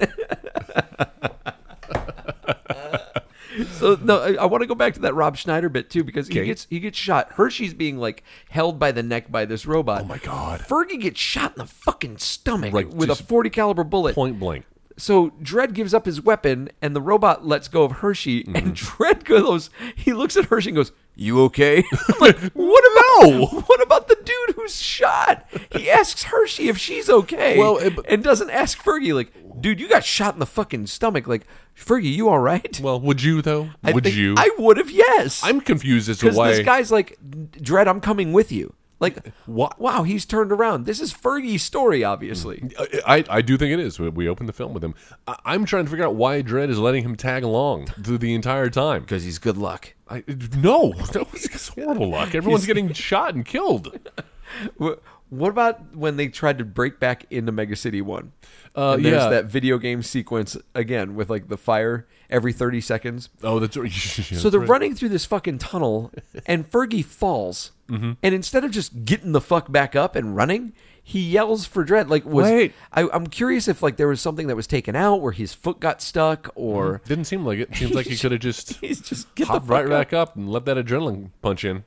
S3: so no, I, I want to go back to that Rob Schneider bit too because he
S4: Okay.
S3: gets he gets shot. Hershey's being like held by the neck by this robot. Oh
S4: my God.
S3: Fergie gets shot in the fucking stomach
S4: Right,
S3: with a
S4: just
S3: 40 caliber bullet.
S4: [laughs] Point blank.
S3: So Dredd gives up his weapon, and the robot lets go of Hershey. And [laughs] Dredd goes, he looks at Hershey and goes, Mm-hmm. "You okay?" [laughs] I'm like, what about [laughs] what about the dude who's shot? He asks Hershey if she's okay,
S4: Well, it-
S3: and doesn't ask Fergie. Like, dude, you got shot in the fucking stomach. Like, Fergie, you all right?
S4: Well, would you though?
S3: I
S4: would
S3: think
S4: you?
S3: I would have. Yes,
S4: am confused as to
S3: because
S4: why.
S3: this guy's like, Dredd, I'm coming with you. Like,
S4: Wha-
S3: wow, he's turned around. This is Fergie's story, obviously.
S4: I, I- I do think it is. We- We opened the film with him. I, I'm trying to figure out why Dredd is letting him tag along the, the entire time.
S3: Because he's good luck.
S4: I, no, [laughs] that was it's horrible luck. Everyone's getting shot and killed.
S3: Wh- What about when they tried to break back into Mega City One?
S4: Uh,
S3: and there's
S4: yeah.
S3: that video game sequence again with like the fire every thirty seconds.
S4: Oh, that's right. [laughs]
S3: So they're running through this fucking tunnel, and Fergie falls.
S4: Mm-hmm.
S3: And instead of just getting the fuck back up and running, he yells for Dread. Like, was
S4: Wait.
S3: I, I'm curious if like there was something that was taken out where his foot got stuck, or
S4: Didn't seem like it. Seems like [laughs] he could have just
S3: [laughs] he's just get the
S4: hopped
S3: fuck
S4: Mm-hmm. right
S3: up.
S4: back up and let that adrenaline punch in.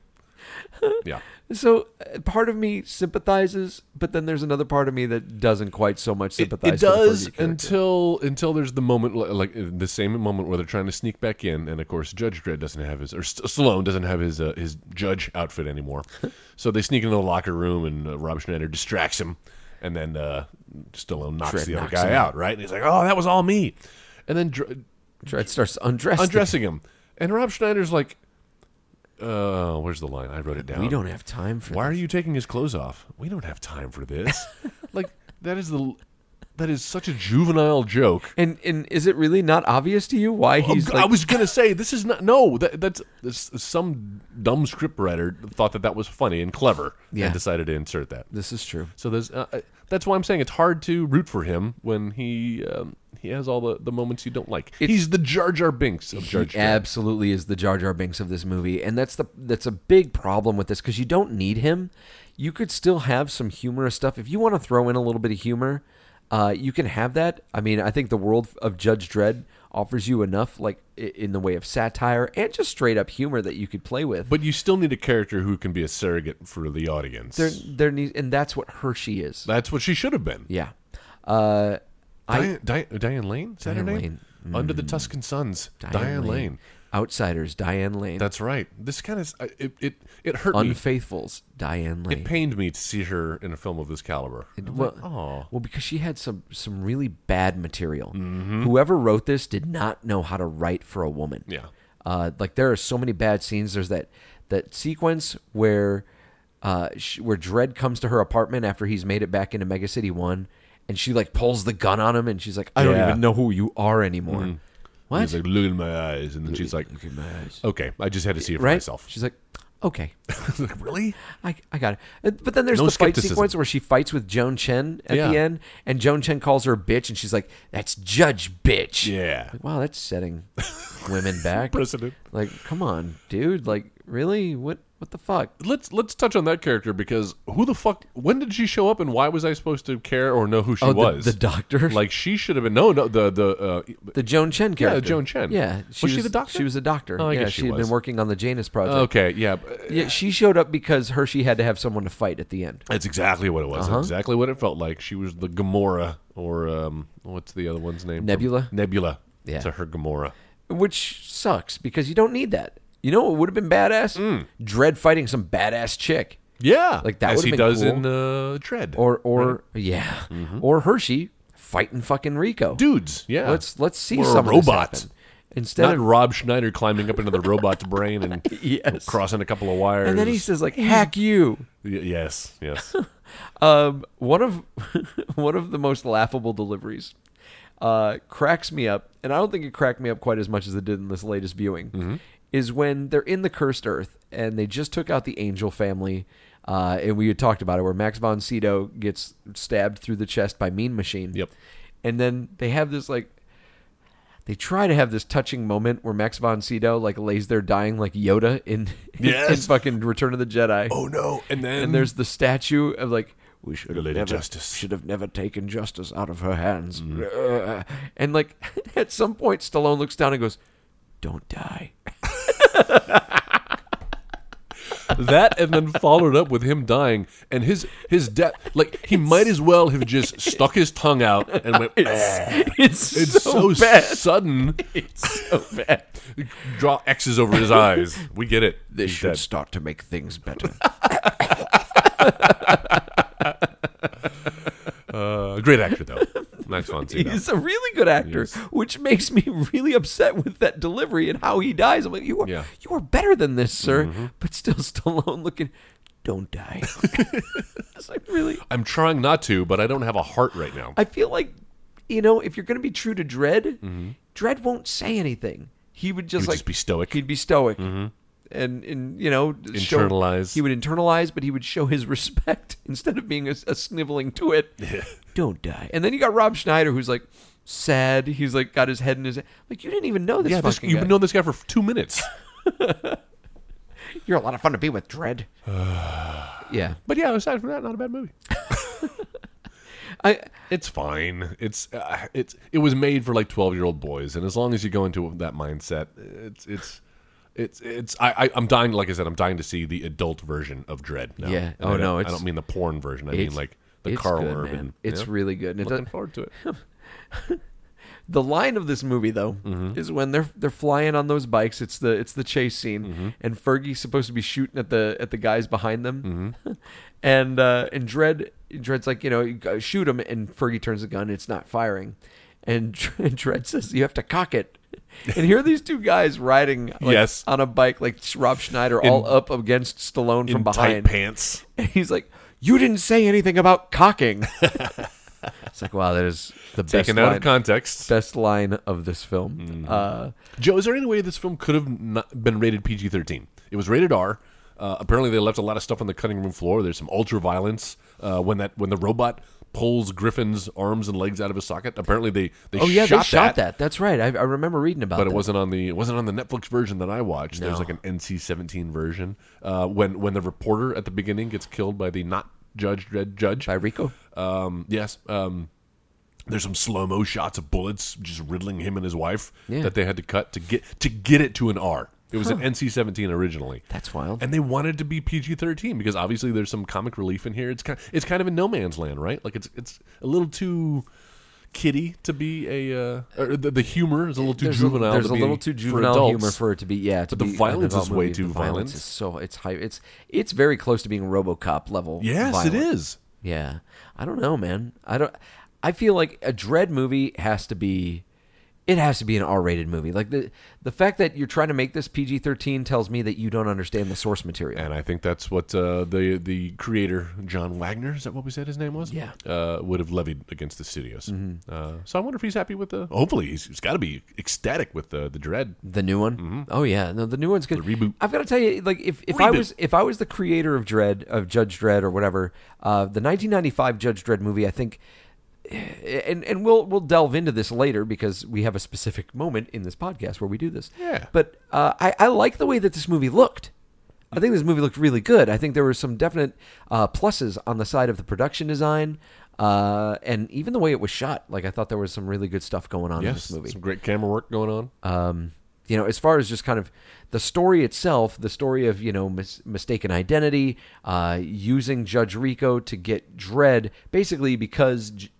S4: Yeah.
S3: So uh, part of me sympathizes, but then there's another part of me that doesn't quite so much
S4: It,
S3: sympathize.
S4: it
S3: for the
S4: does
S3: Fergie character.
S4: until until there's the moment li- like uh, the same moment where they're trying to sneak back in, and of course Judge Dredd doesn't have his or St- Stallone doesn't have his uh, his judge
S3: [laughs]
S4: outfit anymore, so they sneak into the locker room and uh, Rob Schneider distracts him, and then uh, Stallone knocks
S3: Dredd
S4: the other
S3: knocks
S4: guy
S3: him out.
S4: out, right? And he's like, "Oh, that was all me," and
S3: [laughs]
S4: then Dr-
S3: Dredd starts undressing.
S4: undressing him, and Rob Schneider's like, "Uh, where's the line? I wrote it down.
S3: We don't have time for
S4: Oh. Why
S3: that.
S4: are you taking his clothes off? We don't have time
S3: [laughs]
S4: for this. like that is the that is such a juvenile joke.
S3: And and is it really not obvious to you why he's
S4: Oh, I'm-
S3: like
S4: I was gonna say this is not no that that's this, some dumb scriptwriter thought that that was funny and clever
S3: Yeah.
S4: and decided to insert that.
S3: this is true.
S4: So there's uh, uh, that's why I'm saying it's hard to root for him when he um, he has all the, the moments you don't like. He's the Jar Jar Binks of Jar
S3: He
S4: Jar.
S3: absolutely is the Jar Jar Binks of this movie, and that's the that's a big problem with this because you don't need him. You could still have some humorous stuff if you want to throw in a little bit of humor. Uh, you can have that. I mean, I think the world of Judge Dredd offers you enough like i- in the way of satire and just straight up humor that you could play with.
S4: But you still need a character who can be a surrogate for the audience.
S3: there, there needs, and that's what Hershey is.
S4: That's what she should have been.
S3: yeah. Uh, I-
S4: Diane, Diane, Diane Lane? Is that her
S3: Diane Mm.
S4: name? Under the Tuscan Suns. Diane, Lane.
S3: Outsiders, Diane Lane.
S4: That's right. This kind of I- it it, it hurt me.
S3: Unfaithfuls, Diane Lane.
S4: It pained me to see her in a film of this caliber.
S3: It- well,
S4: Oh.
S3: well, because she had some some really bad material.
S4: Mm-hmm.
S3: Whoever wrote this did not know how to write for a woman.
S4: Yeah.
S3: uh, like there are so many bad scenes. There's that that sequence where uh, she, where Dread comes to her apartment after he's made it back into Mega City One, and she like pulls the gun on him, and she's like, "I don't
S4: Yeah. Mm-hmm.
S3: even know who you are anymore." What?
S4: He's like, look in my eyes, and then she's like, okay, I just had to see it for
S3: right? [laughs]
S4: myself.
S3: She's like, "Okay."
S4: like, really?
S3: I, I got it. And- But then there's
S4: No
S3: the fight
S4: skepticism.
S3: sequence where she fights with Joan Chen at
S4: Yeah.
S3: the end, and Joan Chen calls her a bitch, and she's like, "That's Judge Bitch."
S4: [laughs] Yeah.
S3: Like, wow, that's setting
S4: [laughs]
S3: women back.
S4: Precedent.
S3: Like, come on, dude. Like, really? What? What the fuck?
S4: Let's let's touch on that character because who the fuck? When did she show up, and why was I supposed to care or know who she
S3: Oh, the-
S4: was?
S3: the doctor?
S4: Like she should have been. No, no, the the uh,
S3: The Joan Chen character.
S4: Joan Chen.
S3: Yeah.
S4: Was she the doctor?
S3: She was a doctor.
S4: Oh, I
S3: yeah,
S4: guess she
S3: had
S4: was.
S3: been working on the Janus project.
S4: okay, yeah. but-
S3: Yeah, she showed up because Hershey had to have someone to fight at the end.
S4: That's exactly what it was. That's
S3: Uh-huh.
S4: exactly what it felt like. She was the Gamora, or um, what's the other one's name?
S3: Nebula?
S4: Nebula.
S3: Yeah.
S4: To her Gamora.
S3: which sucks because you don't need that. You know, it would have been badass.
S4: Mm.
S3: Dread fighting some badass chick,
S4: Yeah.
S3: Like, that
S4: as
S3: would've
S4: he
S3: been
S4: does
S3: cool.
S4: in uh, Tread.
S3: or or yeah, or Hershey fighting fucking Rico.
S4: dudes. Mm-hmm. Yeah.
S3: let's let's see
S4: Or
S3: some of this
S4: robots.
S3: happen. instead
S4: Not
S3: of
S4: Rob Schneider climbing up into the robot's brain and
S3: [laughs] Yes.
S4: crossing a couple of wires.
S3: and then he says like hack you.
S4: Y- yes,
S3: [laughs]
S4: yes.
S3: Um, one of [laughs] one of the most laughable deliveries uh, cracks me up, and I don't think it cracked me up quite as much as it did in this latest viewing.
S4: Mm-hmm.
S3: Is when they're in the cursed earth and they just took out the angel family, uh, and we had talked about it, where Max von Sydow gets stabbed through the chest by Mean Machine.
S4: Yep.
S3: and then they have this like. They try to have this touching moment where Max von Sydow like lays there dying like Yoda in, [laughs] in
S4: Yes.
S3: fucking Return of the Jedi
S4: oh, no. And then.
S3: and there's the statue of like we should
S4: The
S3: have
S4: Lady
S3: never
S4: Justice.
S3: should have never taken justice out of her hands. Uh, [laughs] and like at some point, Stallone looks down and goes, "Don't die."
S4: [laughs]
S3: [laughs]
S4: that and then followed up with him dying and his his death like he might as well have just stuck his tongue out
S3: [laughs]
S4: and went "Ah."
S3: It's,
S4: it's
S3: so,
S4: [laughs] so,
S3: bad.
S4: [laughs] sudden
S3: It's so bad.
S4: draw x's over his eyes we get it
S3: This
S4: He's
S3: should
S4: dead.
S3: start to make things better.
S4: Uh, great
S3: [laughs]
S4: actor though max von
S3: [laughs]
S4: Sydow.
S3: He's a really good actor,
S4: Yes.
S3: which makes me [laughs] really upset with that delivery and how he dies. I'm like, you are
S4: Yeah.
S3: you are better than this, sir. But still, [laughs] Stallone looking, don't die. [laughs] it's like really.
S4: i'm trying not to but i don't have a heart right now
S3: I feel like, you know, if you're going to be true to Dread, Dread won't say anything. He would just
S4: He'd
S3: like
S4: Mm-hmm. just be stoic. Mm-hmm.
S3: He'd be stoic, and and you know show-
S4: Internalize.
S3: he would internalize, but he would show his [laughs] respect instead of being a, a sniveling to
S4: [laughs]
S3: it. Don't die. And then you got Rob Schneider, who's like sad. He's like got his head in his like you didn't even know this.
S4: yeah this,
S3: fucking
S4: you've
S3: guy.
S4: known this guy for two minutes
S3: You're a lot of fun to be with,
S4: [sighs]
S3: Dread. yeah,
S4: but yeah aside from that not a bad movie
S3: I
S4: it's fine it's uh, it's it was made for like 12 year old boys and as long as you go into that mindset it's it's it's it's I, I I'm dying like I said I'm dying to see the adult version of Dread. Now.
S3: Yeah.
S4: And
S3: Oh,
S4: I don't-
S3: no,
S4: I
S3: it's-
S4: don't mean the porn version. I mean
S3: it's-
S4: like the
S3: it's
S4: Carl
S3: good,
S4: Urban.
S3: man. It's
S4: Yeah.
S3: really good. And it
S4: looking
S3: does-
S4: forward to
S3: [laughs]
S4: it.
S3: the line of this movie though
S4: Mm-hmm.
S3: is when they're they're flying on those bikes. It's the it's the chase scene,
S4: Mm-hmm.
S3: and Fergie's supposed to be shooting at the at the guys behind them,
S4: Mm-hmm.
S3: [laughs] and uh, and Dread Dread's like you know you go- shoot him, and Fergie turns the gun. It's not firing, and [laughs] Dred Dread says you have to cock it. [laughs] And here are these two guys riding like,
S4: Yes.
S3: on a bike like Rob Schneider, all up against Stallone from
S4: In
S3: behind.
S4: tight pants.
S3: And he's like, "You didn't say anything about cocking." [laughs] it's like, wow, that is the best
S4: Taken out
S3: line-
S4: of context.
S3: best line of this film. Uh,
S4: Joe, is there any way this film could have not been rated PG 13? It was rated R. Uh, apparently, they left a lot of stuff on the cutting room floor. There's some ultra violence uh, when that when the robot pulls Griffin's arms and legs out of his socket. Apparently, they they
S3: oh yeah,
S4: shot
S3: they shot that. That's right. I, I remember reading about.
S4: But it
S3: that.
S4: wasn't on the it wasn't on the Netflix version that I watched. There's like an NC-17 version uh, when when the reporter at the beginning gets killed by the not judge red judge
S3: by Rico.
S4: Um, yes. Um, There's some slow mo shots of bullets just riddling him and his wife
S3: Yeah.
S4: that they had to cut to get to get it to an R. It was an NC-17 originally.
S3: That's wild.
S4: And they wanted to be PG-13 because obviously there's some comic relief in here. It's kind it's kind of in no man's land, right? Like it's it's a little too kiddie to be a uh, or the, the humor is a little too
S3: there's
S4: juvenile.
S3: A, there's
S4: to
S3: a
S4: be
S3: little too
S4: for
S3: juvenile
S4: adults.
S3: humor for it to be. Yeah, to
S4: But the
S3: be an
S4: violence
S3: adult
S4: is way
S3: movie.
S4: too
S3: The violence
S4: violent.
S3: is so it's high. It's it's very close to being RoboCop level.
S4: Yes,
S3: violent.
S4: it is.
S3: Yeah, I don't know, man. I don't. I feel like a dread movie has to be. It has to be an R-rated movie. Like the the fact that you're trying to make this PG-13 tells me that you don't understand the source material.
S4: And I think that's what uh, the the creator John Wagner is that what we said his name was?
S3: Yeah. Mm-hmm.
S4: uh, would have levied against the studios. Uh, so I wonder if he's happy with the. Hopefully, he's, he's got to be ecstatic with the the dread.
S3: The new one? Oh yeah, no, the new one's good.
S4: Mm-hmm. The reboot.
S3: I've got to tell you, like if, if I
S4: Reboot.
S3: was if I was the creator of Dread of Judge Dredd or whatever, uh, the 1995 Judge Dredd movie, I think, eh, and and we'll we'll delve into this later because we have a specific moment in this podcast where we do this.
S4: Yeah.
S3: But uh, I I like the way that this movie looked. I think this movie looked really good. I think there were some definite uh, pluses on the side of the production design. Uh, and even the way it was shot, like I thought there was some really good stuff going on in
S4: Yes,
S3: this movie
S4: some great camera work going on.
S3: um, you know, as far as just kind of the story itself, the story of you know mis- mistaken identity, uh, using Judge Rico to get Dread, basically because J-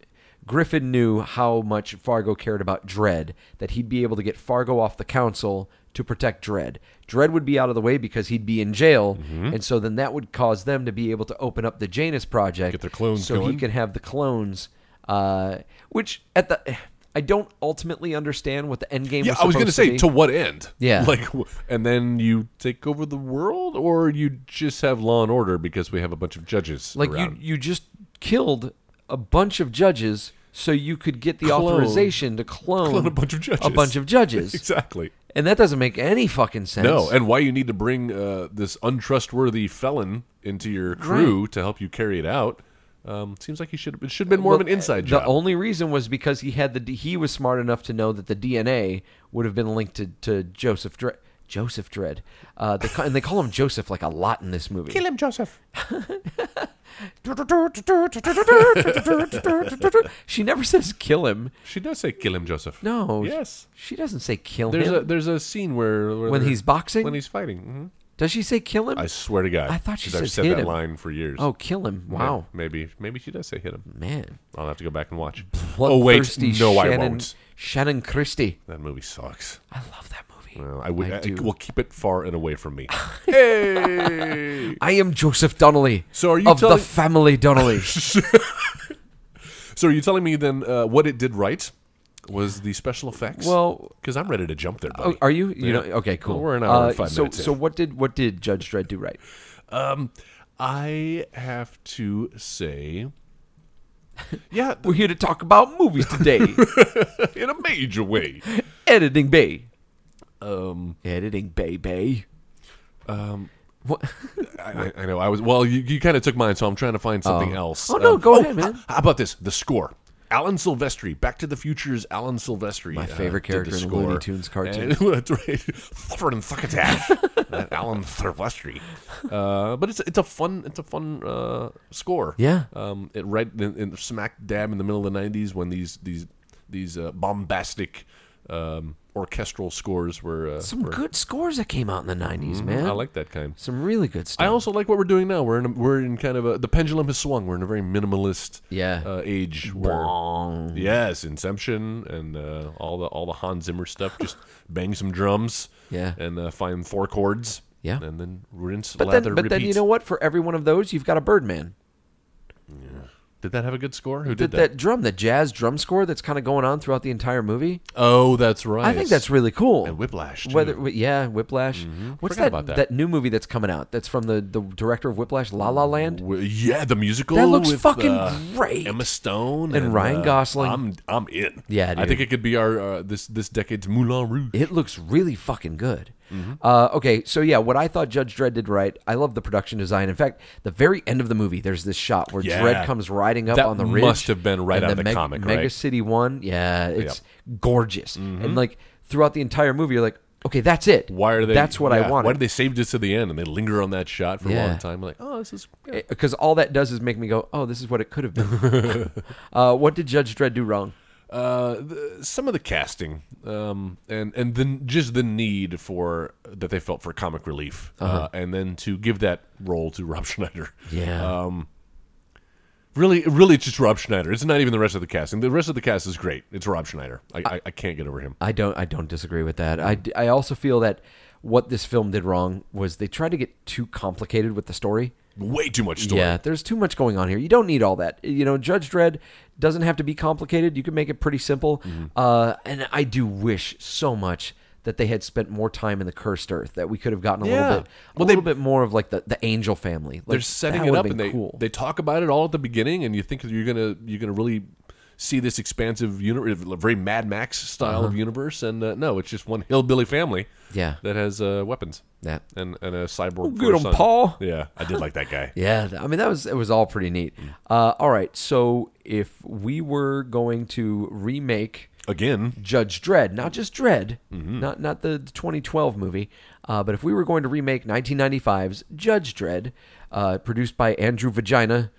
S3: Griffin knew how much Fargo cared about Dread, that he'd be able to get Fargo off the council to protect Dread. Dread would be out of the way because he'd be in jail,
S4: Mm-hmm.
S3: and so then that would cause them to be able to open up the Janus Project,
S4: Get their clones
S3: so he
S4: going.
S3: can have the clones. Uh, which at the I don't ultimately understand what the end game
S4: yeah,
S3: was
S4: I was
S3: going
S4: gonna say to what end?
S3: Yeah.
S4: [laughs] like, w- and then you take over the world, or you just have law and order because we have a bunch of judges
S3: like you,
S4: around. [laughs]
S3: you just killed a bunch of judges so you could get the
S4: Clone.
S3: authorization to clone,
S4: Clone a bunch of judges.
S3: a bunch of judges.
S4: [laughs] exactly.
S3: and that doesn't make any fucking sense.
S4: No, and why you need to bring uh, this untrustworthy felon into your crew to help you carry it out? Um, seems like he should. It should have been more of an
S3: Well,
S4: inside
S3: the
S4: job.
S3: only reason was because he had the D- he was smart enough to know that the DNA would have been linked to, to Joseph Dre- Joseph Dredd. Uh, they ca- and they call him Joseph like a lot in this movie.
S4: him, Joseph.
S3: [laughs] she never says kill him.
S4: She does say kill him, Joseph.
S3: No. sh-
S4: Yes.
S3: She doesn't say kill
S4: There's
S3: him.
S4: a there's a scene where, where
S3: When
S4: they're-
S3: he's boxing?
S4: when he's fighting. hmm
S3: Does she say kill him?
S4: I swear to God,
S3: I thought she
S4: 'cause I've
S3: says
S4: said
S3: hit
S4: that
S3: him.
S4: line for years.
S3: oh, kill him.
S4: May-
S3: Wow.
S4: Maybe maybe she does say hit him.
S3: Man.
S4: I'll have to go back and watch.
S3: Blood
S4: oh wait,
S3: thirsty
S4: no, I
S3: Shannon,
S4: won't.
S3: Shannon Christie.
S4: That movie sucks.
S3: I love that movie.
S4: Well, I would.
S3: I
S4: I
S3: do.
S4: well, keep it far and away
S3: [laughs]
S4: from me. hey.
S3: I am Joseph Donnelly.
S4: So are you
S3: of
S4: telling-
S3: the family
S4: [laughs]
S3: Donnelly?
S4: So are you telling me then uh, what it did right was the special effects?
S3: Well-
S4: because I'm ready to jump there, buddy.
S3: oh, are you? You
S4: Yeah.
S3: know? Okay, cool.
S4: Well, we're an hour
S3: Uh,
S4: and five
S3: so,
S4: minutes. in.
S3: so what did what did Judge Dredd do right?
S4: Um, I have to
S3: [laughs]
S4: say, yeah,
S3: We're here to talk about movies today.
S4: [laughs] in a major way.
S3: Editing Bay. Um, editing Bay Bay. Um, what? [laughs]
S4: I, I know. I was well. You, you kind of took mine, so I'm trying to find something else.
S3: Oh, no,
S4: Um,
S3: go ahead, man.
S4: h- How about this? The score. Alan Silvestri, Back to the Future's Alan Silvestri. uh, My
S3: favorite character in a Looney Tunes cartoon.
S4: [laughs] that's right. Fluffer
S3: [laughs]
S4: and Thuckatash. That Alan Silvestri. Uh, but it's it's a fun it's a fun uh, score.
S3: Yeah.
S4: Um, it right in, in smack dab in the middle of the '90s when these these these uh, bombastic um, orchestral scores were uh,
S3: Some
S4: were-
S3: good scores that came out in the '90s, man.
S4: Mm-hmm. I like that kind.
S3: some really good
S4: I
S3: stuff.
S4: also like what we're doing now. We're in a, we're in kind of a the pendulum has swung. We're in a very minimalist
S3: Yeah.
S4: uh, age where yes, Inception and uh, all the all the Hans
S3: [laughs]
S4: Zimmer stuff. Just bang some drums,
S3: Yeah.
S4: and uh, find four chords,
S3: Yeah.
S4: and then rinse,
S3: but
S4: lather,
S3: then, but
S4: repeat.
S3: then you know what? For every one of those, you've got a Birdman.
S4: Did that have a good score? Who
S3: That,
S4: did,
S3: that drum, the jazz drum score that's kind of going on throughout the entire movie.
S4: Oh, that's right.
S3: I think that's really cool.
S4: And Whiplash, too. Mm-hmm.
S3: Whether wh- yeah, Whiplash. What's
S4: Forgot
S3: that,
S4: about
S3: that?
S4: that.
S3: new movie that's coming out? That's from the the director of Whiplash, La La Land.
S4: W- yeah, the musical
S3: That looks
S4: with,
S3: fucking
S4: uh,
S3: great.
S4: Emma Stone
S3: And Ryan
S4: uh,
S3: Gosling.
S4: I'm I'm in.
S3: Yeah,
S4: I think
S3: dude.
S4: it could be our uh, this this decade's Moulin Rouge.
S3: It looks really fucking good.
S4: Mm-hmm.
S3: Uh, okay, so yeah, what I thought Judge Dredd did right. I love the production design. In fact, the very end of the movie, there's this shot where
S4: Yeah.
S3: Dredd comes riding up
S4: That
S3: on the ridge.
S4: must have been right
S3: and
S4: out of the
S3: Meg-
S4: comic,
S3: Mega
S4: right? Mm-hmm.
S3: City One. Yeah, it's gorgeous. And like throughout the entire movie, you're like, okay, that's it.
S4: Why are they?
S3: That's what I
S4: yeah,
S3: wanted.
S4: Why did they save this to the end and they linger on that shot for a
S3: Yeah.
S4: long time? Like, oh, this is
S3: Eh,
S4: yeah. [laughs]
S3: because all that does is make me go, "Oh, this is what it could have been." uh, what did Judge Dredd do wrong?
S4: uh, the, some of the casting, um, and and then just the need for that they felt for comic relief, uh and then to give that role to Rob [laughs] Schneider.
S3: Uh-huh. Yeah.
S4: Um, really, really, it's just Rob Schneider. It's not even the rest of the casting. The rest of the cast is great. It's Rob Schneider. I I, I can't get over him.
S3: I don't I don't disagree with that. I, d- I also feel that what this film did wrong was they tried to get too complicated with the story.
S4: Way too much story.
S3: Yeah, there's too much going on here. You don't need all that. You know, Judge Dredd doesn't have to be complicated. You can make it pretty simple.
S4: Mm-hmm.
S3: Uh, and I do wish so much that they had spent more time in the cursed earth. That we could have gotten a
S4: Yeah.
S3: little bit, a
S4: Well, they-
S3: little bit more of like the, the angel family. Like,
S4: they're
S3: that
S4: setting
S3: would
S4: it
S3: have
S4: up
S3: been
S4: and they
S3: cool.
S4: they talk about it all at the beginning and you think you're gonna you're gonna really see this expansive universe very mad max style of universe and uh, no it's just one hillbilly family
S3: Uh-huh. Yeah.
S4: that has uh, weapons
S3: Yeah.
S4: and, and a cyborg
S3: Oh, get 'em,
S4: for a son.
S3: Paul.
S4: yeah i did like that guy
S3: [laughs] Yeah, th- I mean that was it was all pretty neat.
S4: Mm.
S3: Uh, all right, so if we were going to remake
S4: again
S3: Judge Dredd, not just Dredd, not not the 2012 movie, uh, but if we were going to remake 1995's Judge Dredd, uh, produced by Andrew [laughs] Vagina,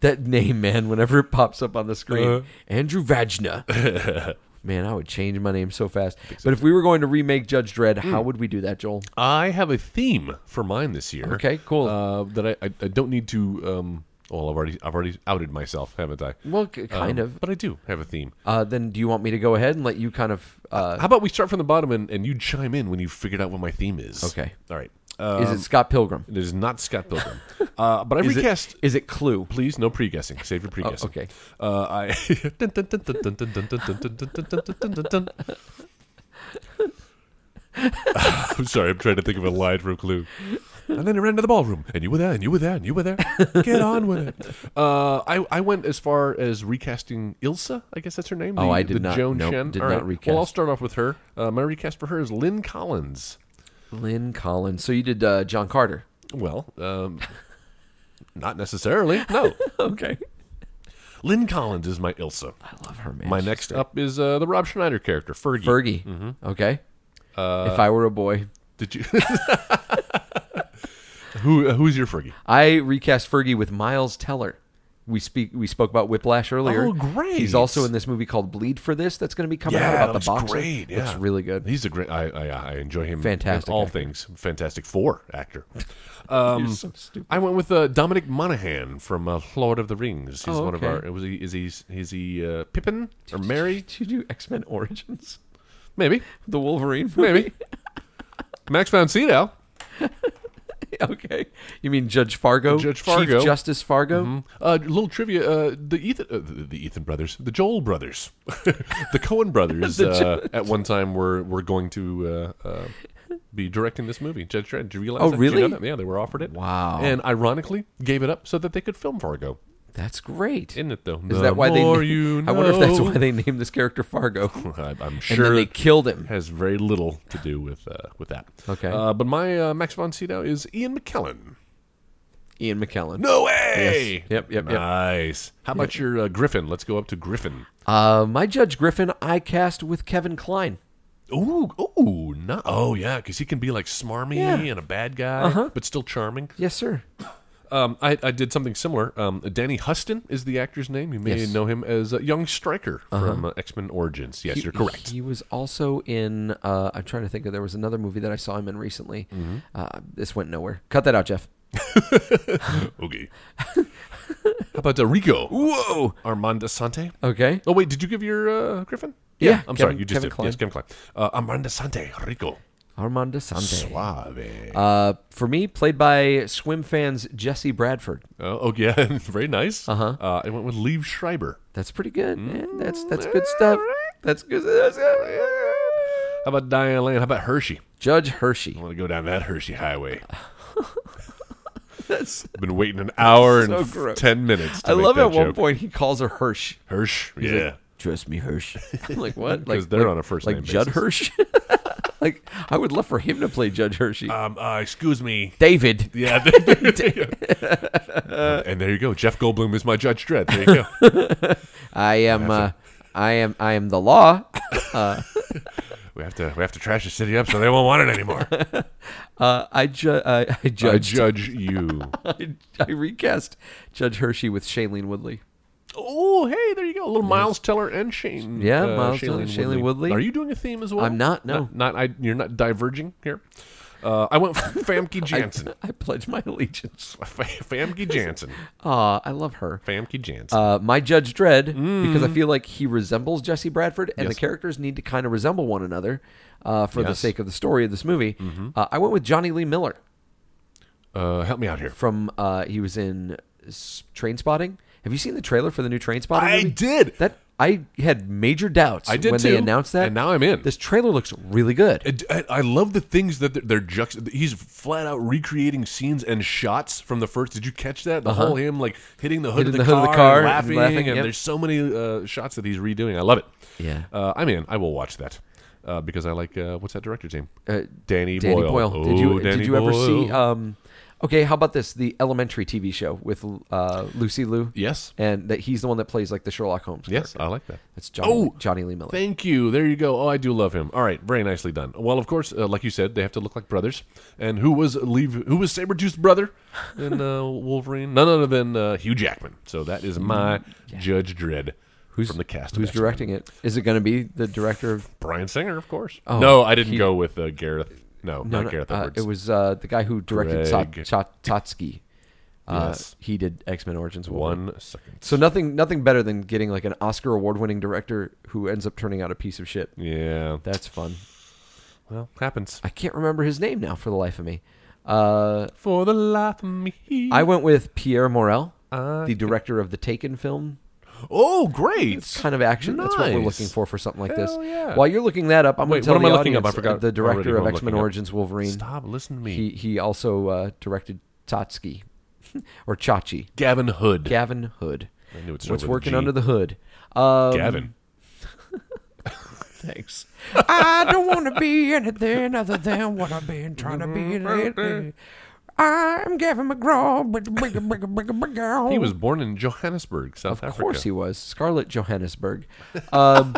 S3: that name, man, whenever it pops up on the screen, Andrew [laughs] Vagina. Man, I would change my name so fast. But if we were going to remake Judge Dredd, how would we do that, Joel?
S4: i have a theme for mine this year
S3: Okay, cool.
S4: uh, that I, I, I don't need to um well i've already i've already outed myself haven't i
S3: Well, k- kind
S4: Um,
S3: of.
S4: but i do have a theme
S3: Uh, then do you want me to go ahead and let you kind of? Uh,
S4: how about we start from the bottom and, and you chime in when you figured out what my theme is
S3: Okay.
S4: all right Um,
S3: is it Scott Pilgrim?
S4: It is not Scott
S3: [laughs]
S4: Pilgrim. uh, but I
S3: Um, Is it-
S4: recast.
S3: Is it Clue?
S4: Please, no pre-guessing. Save your pre-guessing.
S3: Oh, okay.
S4: Uh, [laughs] I. [laughs] I'm sorry. I'm trying to think of a line from Clue. And then he ran to the ballroom, and you were there, and you were there, and you were there. Get on with it. Uh, I I went as far as recasting Ilsa. I guess that's her name.
S3: Oh,
S4: the,
S3: I did
S4: the
S3: not-
S4: Joan
S3: nope,
S4: Chen.
S3: did
S4: All
S3: not
S4: right.
S3: recast.
S4: Well, I'll start off with her. Uh, my recast for her is Lynn Collins.
S3: Lynn Collins. So you did uh, John Carter.
S4: Well, um, not necessarily.
S3: [laughs]
S4: No.
S3: Okay.
S4: Lynn Collins is my Ilsa.
S3: I love her, man.
S4: My
S3: She's
S4: next
S3: great.
S4: up is uh, the Rob Schneider character, Fergie.
S3: Fergie.
S4: Mm-hmm.
S3: Okay.
S4: Uh,
S3: if I were a boy,
S4: Did you? [laughs] Who uh, Who's your Fergie?
S3: I recast Fergie with Miles Teller. We speak. We spoke about Whiplash earlier.
S4: Oh, great.
S3: He's also in this movie called Bleed for This. That's going to be coming out
S4: Yeah,
S3: about
S4: looks
S3: the boxer.
S4: great. Yeah,
S3: Looks really good.
S4: He's a great. I I, I enjoy him. in
S3: Fantastic
S4: all
S3: actor.
S4: things. Fantastic Four actor. Um,
S3: Hmm.
S4: I went with uh, Dominic Monaghan from uh, Lord of the Rings. He's
S3: Oh,
S4: one of
S3: okay.
S4: our. Was he? Is he? Is he uh, Pippin
S3: [laughs]
S4: or Mary?
S3: Did [laughs] you do X Men Origins? [laughs]
S4: Maybe.
S3: The Wolverine. [laughs] movie?
S4: Maybe. Max von Sydow.
S3: okay. You mean Judge Fargo?
S4: Judge Fargo.
S3: Chief Justice Fargo.
S4: Uh, little trivia: uh, the Ethan, uh, the the Ethan brothers, the Joel brothers, [laughs] the
S3: [laughs]
S4: Cohen brothers, uh, at one time were were going to uh, uh, be directing this movie. Judge Dredd, did you realize?
S3: Oh,
S4: that? Did you know
S3: really?
S4: that? Yeah, they were offered it.
S3: Wow.
S4: And ironically, gave it up so that they could film Fargo.
S3: That's great.
S4: Isn't it though?
S3: Is that why they? [laughs]
S4: you
S3: I wonder if that's
S4: know.
S3: why they named this character Fargo.
S4: [laughs] I, I'm
S3: And
S4: [laughs] sure
S3: then they
S4: it
S3: killed him.
S4: has very little to do with uh, with that.
S3: Okay.
S4: Uh, but my uh, Max von Sydow is Ian McKellen.
S3: Ian McKellen.
S4: No way!
S3: Yes. Yep, yep, yep.
S4: Nice. How about your uh, Griffin? Let's go up to Griffin.
S3: Uh, my Judge Griffin, I cast with Kevin Klein.
S4: Ooh, ooh, not. Oh yeah, because he can be like smarmy
S3: Yeah. Uh-huh.
S4: and a bad guy, but still charming.
S3: Yes, sir.
S4: Um, I, I did something similar. Um, Danny Huston is the actor's name. You may
S3: Yes. Uh-huh.
S4: know him as uh, Young Striker from uh, X Men Origins. Yes,
S3: He-
S4: you're
S3: [laughs]
S4: correct.
S3: He was also in. Uh, I'm trying to think of. There was another movie that I saw him in recently. Uh, this went nowhere. Cut that out, Jeff.
S4: okay. How about uh, Rico? Whoa, Armando Sante.
S3: Okay.
S4: Oh wait, did you give your uh, Griffin?
S3: Yeah,
S4: I'm
S3: Kevin-
S4: sorry, you just
S3: Kevin
S4: did.
S3: Kline.
S4: Yes, Kevin Klein. Uh, Armando Sante, Rico,
S3: Armando Sante.
S4: Suave.
S3: Uh, for me, played by swim fans Jesse Bradford.
S4: oh, oh, yeah, [laughs] very nice. Uh-huh. Uh I went with Liev Schreiber.
S3: That's pretty good. man. That's that's good stuff. That's good. That's good.
S4: How about Diane Lane? How about Hershey?
S3: Judge Hershey.
S4: I want to go down that Hershey Highway.
S3: [laughs]
S4: I've been waiting an hour
S3: so
S4: and f-
S3: gross.
S4: ten minutes. To
S3: I
S4: make
S3: love
S4: that
S3: at one
S4: joke.
S3: point he calls her Hirsch.
S4: Hirsch. yeah,
S3: Trust me, Hirsch. [laughs] I'm like what?
S4: [laughs] 'Cause
S3: like,
S4: they're
S3: like-
S4: on a first
S3: like
S4: name
S3: Judd
S4: basis.
S3: Hirsch. [laughs] like I would love for him to play Judge Hershey.
S4: Um, uh,
S3: [laughs]
S4: excuse me.
S3: David.
S4: Yeah. and there you go. Jeff Goldblum is my Judge Dredd. There you
S3: [laughs]
S4: go.
S3: I am. Uh, I am. I am the law.
S4: we have to we have to trash the city up so they won't want it
S3: [laughs]
S4: anymore.
S3: Uh, I, ju- I, I
S4: I
S3: judged. [laughs]
S4: judge you.
S3: I, I recast Judge Hershey with Shailene Woodley.
S4: oh, hey, there you go. go, a little Miles Teller and Shane.
S3: Yeah, Miles Teller, Shailene Woodley.
S4: Are you doing a theme as well?
S3: I'm not, no.
S4: not, not- I, you're not diverging here. Uh,
S3: [laughs]
S4: I went Famke Jansen.
S3: I pledge my allegiance.
S4: Famke Jansen.
S3: Aw, I love her. Mm.
S4: Famke Jansen.
S3: Uh, my Judge Dredd, because I feel like he resembles Jesse Bradford, and
S4: Yes.
S3: the characters need to kind of resemble one another uh, for the
S4: Yes.
S3: sake of the story of this movie. Uh, I went with Johnny Lee Miller
S4: Uh, help me out here.
S3: from uh, he was in Train Spotting. Have you seen the trailer for the new Train Spotting?
S4: I did.
S3: That I had major doubts
S4: I did
S3: when they
S4: too,
S3: announced that,
S4: and now I'm in.
S3: This trailer looks really good.
S4: I, I- I love the things that they're, they're juxt. He's flat out recreating scenes and shots from the first. Did you catch that? The whole him like hitting the hood,
S3: Uh-huh. Hitting
S4: of, the
S3: the hood
S4: car
S3: of the car
S4: and
S3: and
S4: laughing, and,
S3: laughing, yep.
S4: there's so many uh, shots that he's redoing. I love it.
S3: Yeah.
S4: uh, I'm in. I will watch that uh, because I like uh, what's that director's name?
S3: Uh,
S4: Danny,
S3: Danny
S4: Boyle.
S3: Boyle. did
S4: Oh,
S3: you
S4: Danny
S3: did you ever see?
S4: Boyle.
S3: Um, okay, how about this? The Elementary TV show with uh, Lucy Liu.
S4: Yes.
S3: and that he's the one that plays like the Sherlock Holmes.
S4: yes,
S3: character.
S4: I like that.
S3: That's Johnny,
S4: Oh,
S3: Johnny Lee Miller.
S4: Thank you. There you go. Oh, I do love him. All right, very nicely done. Well, of course, uh, like you said, they have to look like brothers. And who was leave? Who was Sabretooth's brother
S3: [laughs]
S4: in uh, Wolverine? None other than uh, Hugh Jackman. So that is my Judge Dredd from the cast. of
S3: Who's
S4: X-Men.
S3: directing it? Is it going to be the director of?
S4: Brian Singer, of course.
S3: Oh,
S4: no, I didn't
S3: he-
S4: go with uh, Gareth. No,
S3: No,
S4: not
S3: no,
S4: Gareth
S3: uh,
S4: Edwards.
S3: it was uh, the guy who directed
S4: Greg.
S3: Tot- Totsky. Uh,
S4: Yes.
S3: he did X Men Origins Wolverine.
S4: one second.
S3: So nothing, nothing better than getting like an Oscar award winning director who ends up turning out a piece of shit.
S4: Yeah.
S3: That's fun.
S4: Well, happens.
S3: I can't remember his name now for the life of me. Uh,
S4: For the life of me.
S3: I went with Pierre Morel,
S4: Uh,
S3: the director of the Taken film.
S4: oh, great.
S3: kind of action. That's what we're
S4: Nice.
S3: looking for for something like this.
S4: Hell yeah.
S3: While you're looking that up, I'm going
S4: Wait,
S3: to tell
S4: what am
S3: the
S4: I looking up? I
S3: audience, uh,
S4: forgot
S3: the
S4: already
S3: director
S4: who
S3: of
S4: I'm
S3: X Men
S4: looking up.
S3: Origins Wolverine.
S4: Stop. Listen to me.
S3: He he also uh, directed Totsky [laughs] or Chachi.
S4: Gavin Hood.
S3: Gavin Hood.
S4: I knew it started
S3: What's
S4: with a
S3: working
S4: G.
S3: under the hood? Um,
S4: Gavin.
S3: Thanks. I don't want to be anything other than what I've been trying to be. lately. I'm Gavin McGraw. bigga, bigga, bigga, bigga, bigga.
S4: He was born in Johannesburg, South
S3: Oh. Of
S4: Africa.
S3: course he was. Scarlett Johannesburg.
S4: [laughs]
S3: Um,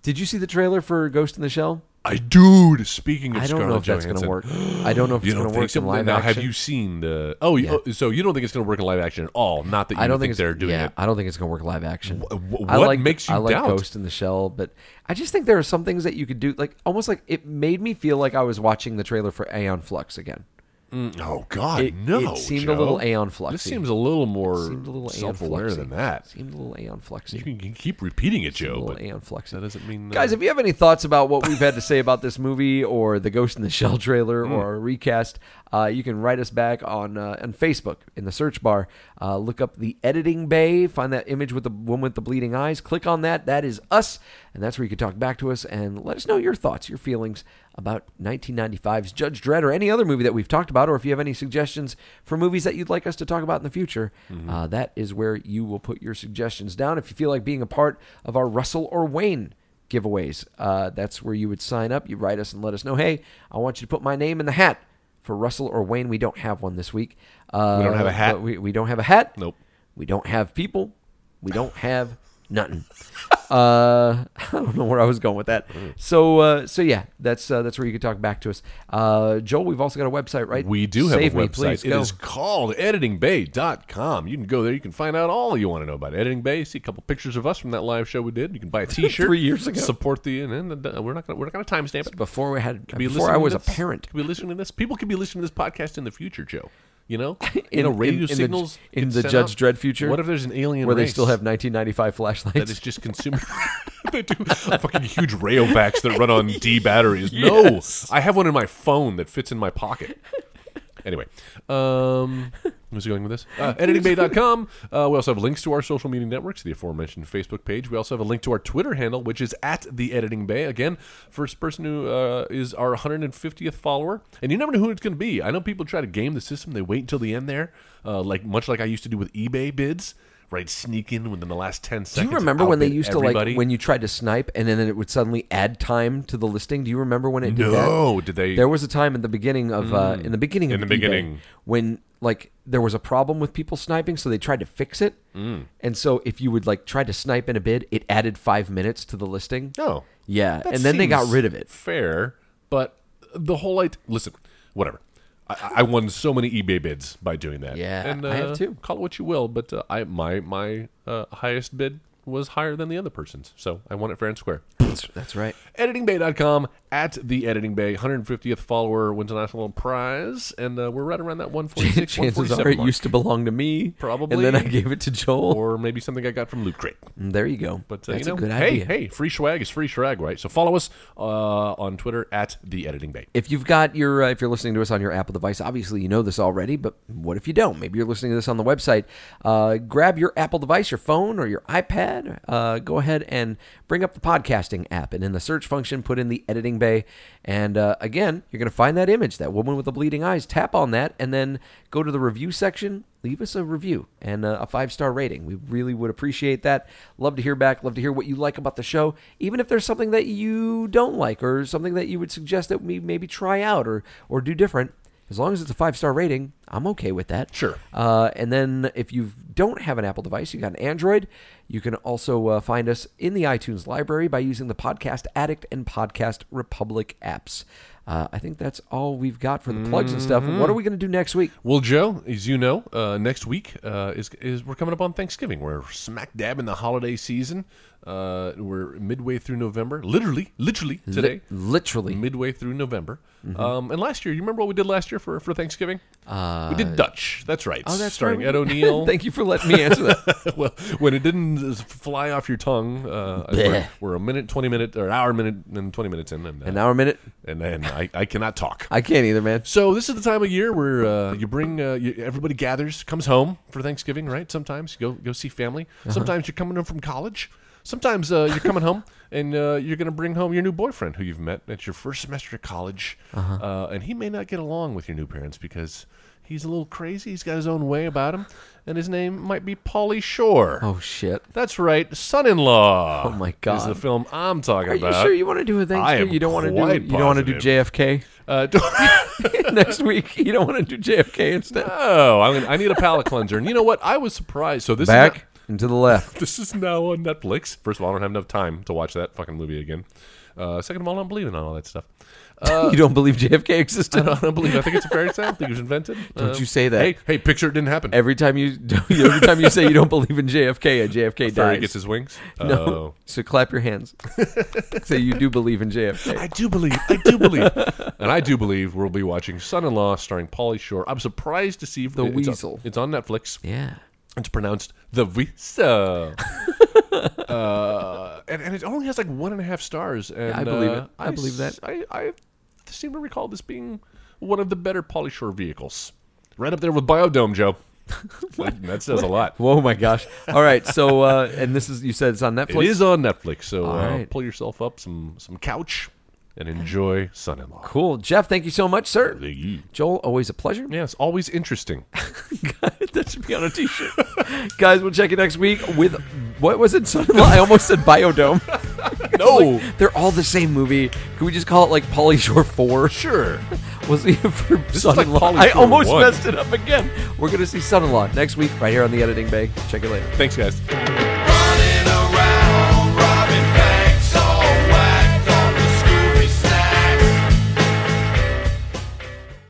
S3: did you see the trailer for Ghost in the Shell?
S4: I dude. Speaking of
S3: I don't
S4: Scarlett
S3: know if that's
S4: Johansson,
S3: going to work. I don't
S4: [gasps]
S3: know if
S4: You
S3: it's
S4: don't
S3: going to
S4: think
S3: work
S4: so?
S3: in live
S4: now,
S3: action.
S4: have you seen the? Oh, you,
S3: Yeah.
S4: oh, so you don't think it's going to work in live action at all? Not that you
S3: I don't think, it's,
S4: they're doing
S3: yeah,
S4: it.
S3: I don't think it's going to work live action.
S4: Wh- wh-
S3: I
S4: what
S3: like,
S4: makes you
S3: I like
S4: doubt?
S3: Ghost in the Shell, but I just think there are some things that you could do. Like almost like it made me feel like I was watching the trailer for Aeon Flux again.
S4: Oh God,
S3: It-
S4: no!
S3: it seemed a
S4: Joe.
S3: little Aeon Fluxy.
S4: This seems a little more
S3: Seemed a little Aeon
S4: self-aware
S3: Fluxy.
S4: than that.
S3: Seemed a little Aeon Fluxy.
S4: You can, you can keep repeating it,
S3: a
S4: Joe.
S3: little
S4: But
S3: Aeon Fluxy.
S4: that doesn't mean uh,
S3: Guys, if you have any thoughts about what we've had to say about this movie or the Ghost in the Shell [laughs] trailer or our recast, uh, you can write us back on uh, on Facebook in the search bar. Uh, look up the editing bay, find that image with the woman with the bleeding eyes. Click on that. That is us, and that's where you can talk back to us and let us know your thoughts, your feelings about 1995's Judge Dredd or any other movie that we've talked about, or if you have any suggestions for movies that you'd like us to talk about in the future, uh, that is where you will put your suggestions down. If you feel like being a part of our Russell or Wayne giveaways. Uh, that's where you would sign up. You write us and let us know, hey, I want you to put my name in the hat for Russell or Wayne. We don't have one this week. Uh,
S4: We don't have a hat?
S3: but We, we don't have a hat.
S4: Nope.
S3: We don't have people. We don't have nothing. [laughs] Uh, I don't know where I was going with that.
S4: Mm.
S3: So, uh, so yeah, that's uh, that's where you can talk back to us. Uh, Joel, we've also got a website, right?
S4: We do have
S3: Save
S4: a
S3: me,
S4: website.
S3: please,
S4: It
S3: go.
S4: is called editingbay.com. You can go there. You can find out all you want to know about Editing Bay. See a couple pictures of us from that live show we did. You can buy a
S3: [laughs]
S4: T-shirt.
S3: Three years ago.
S4: Support the and, and, uh, we're not gonna we're not gonna timestamp it.
S3: before we had
S4: Could be
S3: before I
S4: listening
S3: was
S4: to
S3: a
S4: this-
S3: parent.
S4: Could be listening to this. People could be listening to this podcast in the future, Joe. You know,
S3: [laughs] In-
S4: you know, radio
S3: in- in the-
S4: signals
S3: in
S4: get
S3: the
S4: sent
S3: Judge
S4: out.
S3: Dredd future?
S4: What if there's an alien
S3: Where they
S4: race
S3: still have 1995 flashlights.
S4: that is just
S3: [laughs]
S4: consumer. [laughs] they do fucking huge rayovacs that run on D batteries. No, I have one in my phone that fits in my pocket. Anyway, um, where's he going with this? Uh, editingbay.com. Uh, we also have links to our social media networks, the aforementioned Facebook page. We also have a link to our Twitter handle, which is at the Editing Bay. Again, first person who uh, is our 150th follower, and you never know who it's going to be. I know people try to game the system; they wait until the end there, uh, like much like I used to do with eBay bids. Right, sneak in within the last ten
S3: Do
S4: seconds.
S3: you remember when they
S4: outbid
S3: used to
S4: everybody.
S3: like when you tried to snipe and then it would suddenly add time to the listing? Do you remember when it did that?
S4: No, did they-
S3: There was a time in the beginning of uh,
S4: Hmm.
S3: in the beginning of
S4: In the
S3: eBay
S4: beginning.
S3: when like there was a problem with people sniping, so they tried to fix it. And so if you would like try to snipe in a bid, it added five minutes to the listing.
S4: No.
S3: yeah,
S4: That
S3: and then they got
S4: seems
S3: rid of it.
S4: Fair, but the whole idea. Listen, whatever. I, I won so many eBay bids by doing that.
S3: Yeah,
S4: and,
S3: I have too.
S4: Call it what you will, but uh, I my my uh, highest bid was higher than the other person's. So I won it fair and square.
S3: That's, that's right.
S4: editingbay.com at the editing bay 150th follower wins a nice little prize and uh, we're right around that
S3: [laughs] [laughs]
S4: 146
S3: Chances are
S4: 147
S3: it
S4: mark.
S3: used to belong to me,
S4: Probably.
S3: and then I gave it to Joel.
S4: or maybe something i got from loot crate
S3: And there you go.
S4: but uh,
S3: that's
S4: you know
S3: a good
S4: hey
S3: idea.
S4: hey free swag is free swag right so follow us uh, on twitter at the editing bay
S3: If you've got your, uh, if you're listening to us on your Apple device, obviously you know this already, but what if you don't? Maybe you're listening to this on the website. Uh, grab your Apple device, your phone or your iPad. Uh, go ahead and bring up the podcasting app, and in the search function, put in the editing bay. And uh, again, you're going to find that image, that woman with the bleeding eyes. Tap on that, and then go to the review section. Leave us a review and uh, a five star rating. We really would appreciate that. Love to hear back. Love to hear what you like about the show. Even if there's something that you don't like or something that you would suggest that we maybe try out or or do different, as long as it's a five star rating, I'm okay with that.
S4: Sure.
S3: Uh, and then if you don't have an Apple device, you got an Android, you can also uh, find us in the iTunes library by using the Podcast Addict and Podcast Republic apps. Uh, I think that's all we've got for the plugs and stuff. What are we going to do next week?
S4: Well, Joe, as you know, uh, next week uh, is is we're coming up on Thanksgiving. We're smack dab in the holiday season. Uh, we're midway through November, literally, literally today,
S3: Li- literally. Mm-hmm.
S4: midway through November. Um, and last year, you remember what we did last year for for Thanksgiving? Uh, we did Dutch. That's right.
S3: Oh, that's [laughs]
S4: starring
S3: right.
S4: Ed O'Neill.
S3: Thank you for letting me answer [laughs] that.
S4: [laughs] well, when it didn't uh, fly off your tongue, uh, we're, we're a minute, twenty minute, or an hour, minute, and twenty minutes in, and uh,
S3: An hour, minute.
S4: and, and I, I cannot talk.
S3: I can't either, man.
S4: So this is the time of year where uh, you bring uh, you, everybody gathers, comes home for Thanksgiving, right? Sometimes you go go see family.
S3: Uh-huh.
S4: Sometimes you're coming home from college. Sometimes uh, you're coming home [laughs] and uh, you're going to bring home your new boyfriend who you've met at your first semester of college,
S3: Uh-huh.
S4: uh and he may not get along with your new parents because he's a little crazy. He's got his own way about him, and his name might be Paulie Shore.
S3: Oh shit.
S4: That's right, son-in-law.
S3: Oh, my
S4: Is
S3: God.
S4: the film I'm talking
S3: Are you
S4: about?
S3: sure you want to do a
S4: I am
S3: Thanksgiving? You don't want to do.
S4: quite
S3: You don't want to do
S4: positive.
S3: JFK
S4: Uh, [laughs]
S3: [laughs]
S4: don't-
S3: next week. You don't want to do JFK instead.
S4: Oh, I'm gonna, I need a palate cleanser. And you know what? I was surprised. So this Is
S3: Back
S4: not-
S3: and to the left.
S4: this is now on Netflix. First of all, I don't have enough time to watch that fucking movie again. Uh, second of all, I'm believing on all that stuff.
S3: [laughs] you don't believe JFK existed.
S4: I don't believe. I think it's a fairy tale. I think it was invented.
S3: [laughs] Don't
S4: Uh,
S3: you say that.
S4: Hey, hey, picture it didn't happen.
S3: Every time you [laughs] every time you say you don't believe in JFK, a JFK
S4: Fairy
S3: dies.
S4: gets his oh. wings.
S3: [laughs]
S4: Uh,
S3: no. So clap your hands. Say you do believe in JFK.
S4: Oh. I do believe. I do believe. and I do believe we'll be watching Son-in-Law starring Pauly Shore. I'm surprised to see if
S3: The
S4: it's on-
S3: Weasel.
S4: It's on Netflix.
S3: yeah.
S4: It's pronounced
S3: [laughs]
S4: the Visa. uh, and, and it only has like one and a half stars. And,
S3: I believe it.
S4: uh,
S3: I believe that.
S4: s- I, I seem to recall this being one of the better Polyshore vehicles. Right up there with
S3: [laughs]
S4: Biodome, Joe. that, that says a lot.
S3: Whoa, my gosh. All right. So, uh, and this is you said it's on
S4: It
S3: Netflix.
S4: is on Netflix, so
S3: All
S4: uh,
S3: right.
S4: pull yourself up some, some couch and enjoy Son in Law.
S3: Cool, Jeff. Thank you so much, sir.
S4: Yeah,
S3: Joel, always a pleasure. [laughs]
S4: it's always interesting.
S3: that should be on a t-shirt. Guys, we'll check you next week with what was it? [laughs] Son-in-law? I almost said Biodome. [laughs]
S4: No!
S3: They're all the same movie. Can we just call it like Polly Shore Four? [laughs]
S4: sure.
S3: Was it for
S4: like
S3: Son-in-law?
S4: Pauly
S3: I
S4: Shore
S3: almost
S4: 1.
S3: messed it up again. We're gonna see Son-in-law next week right here on the Editing Bay. Check it later.
S4: Thanks, guys.
S6: Running around, robbing banks, all whacked on the Scooby Snacks.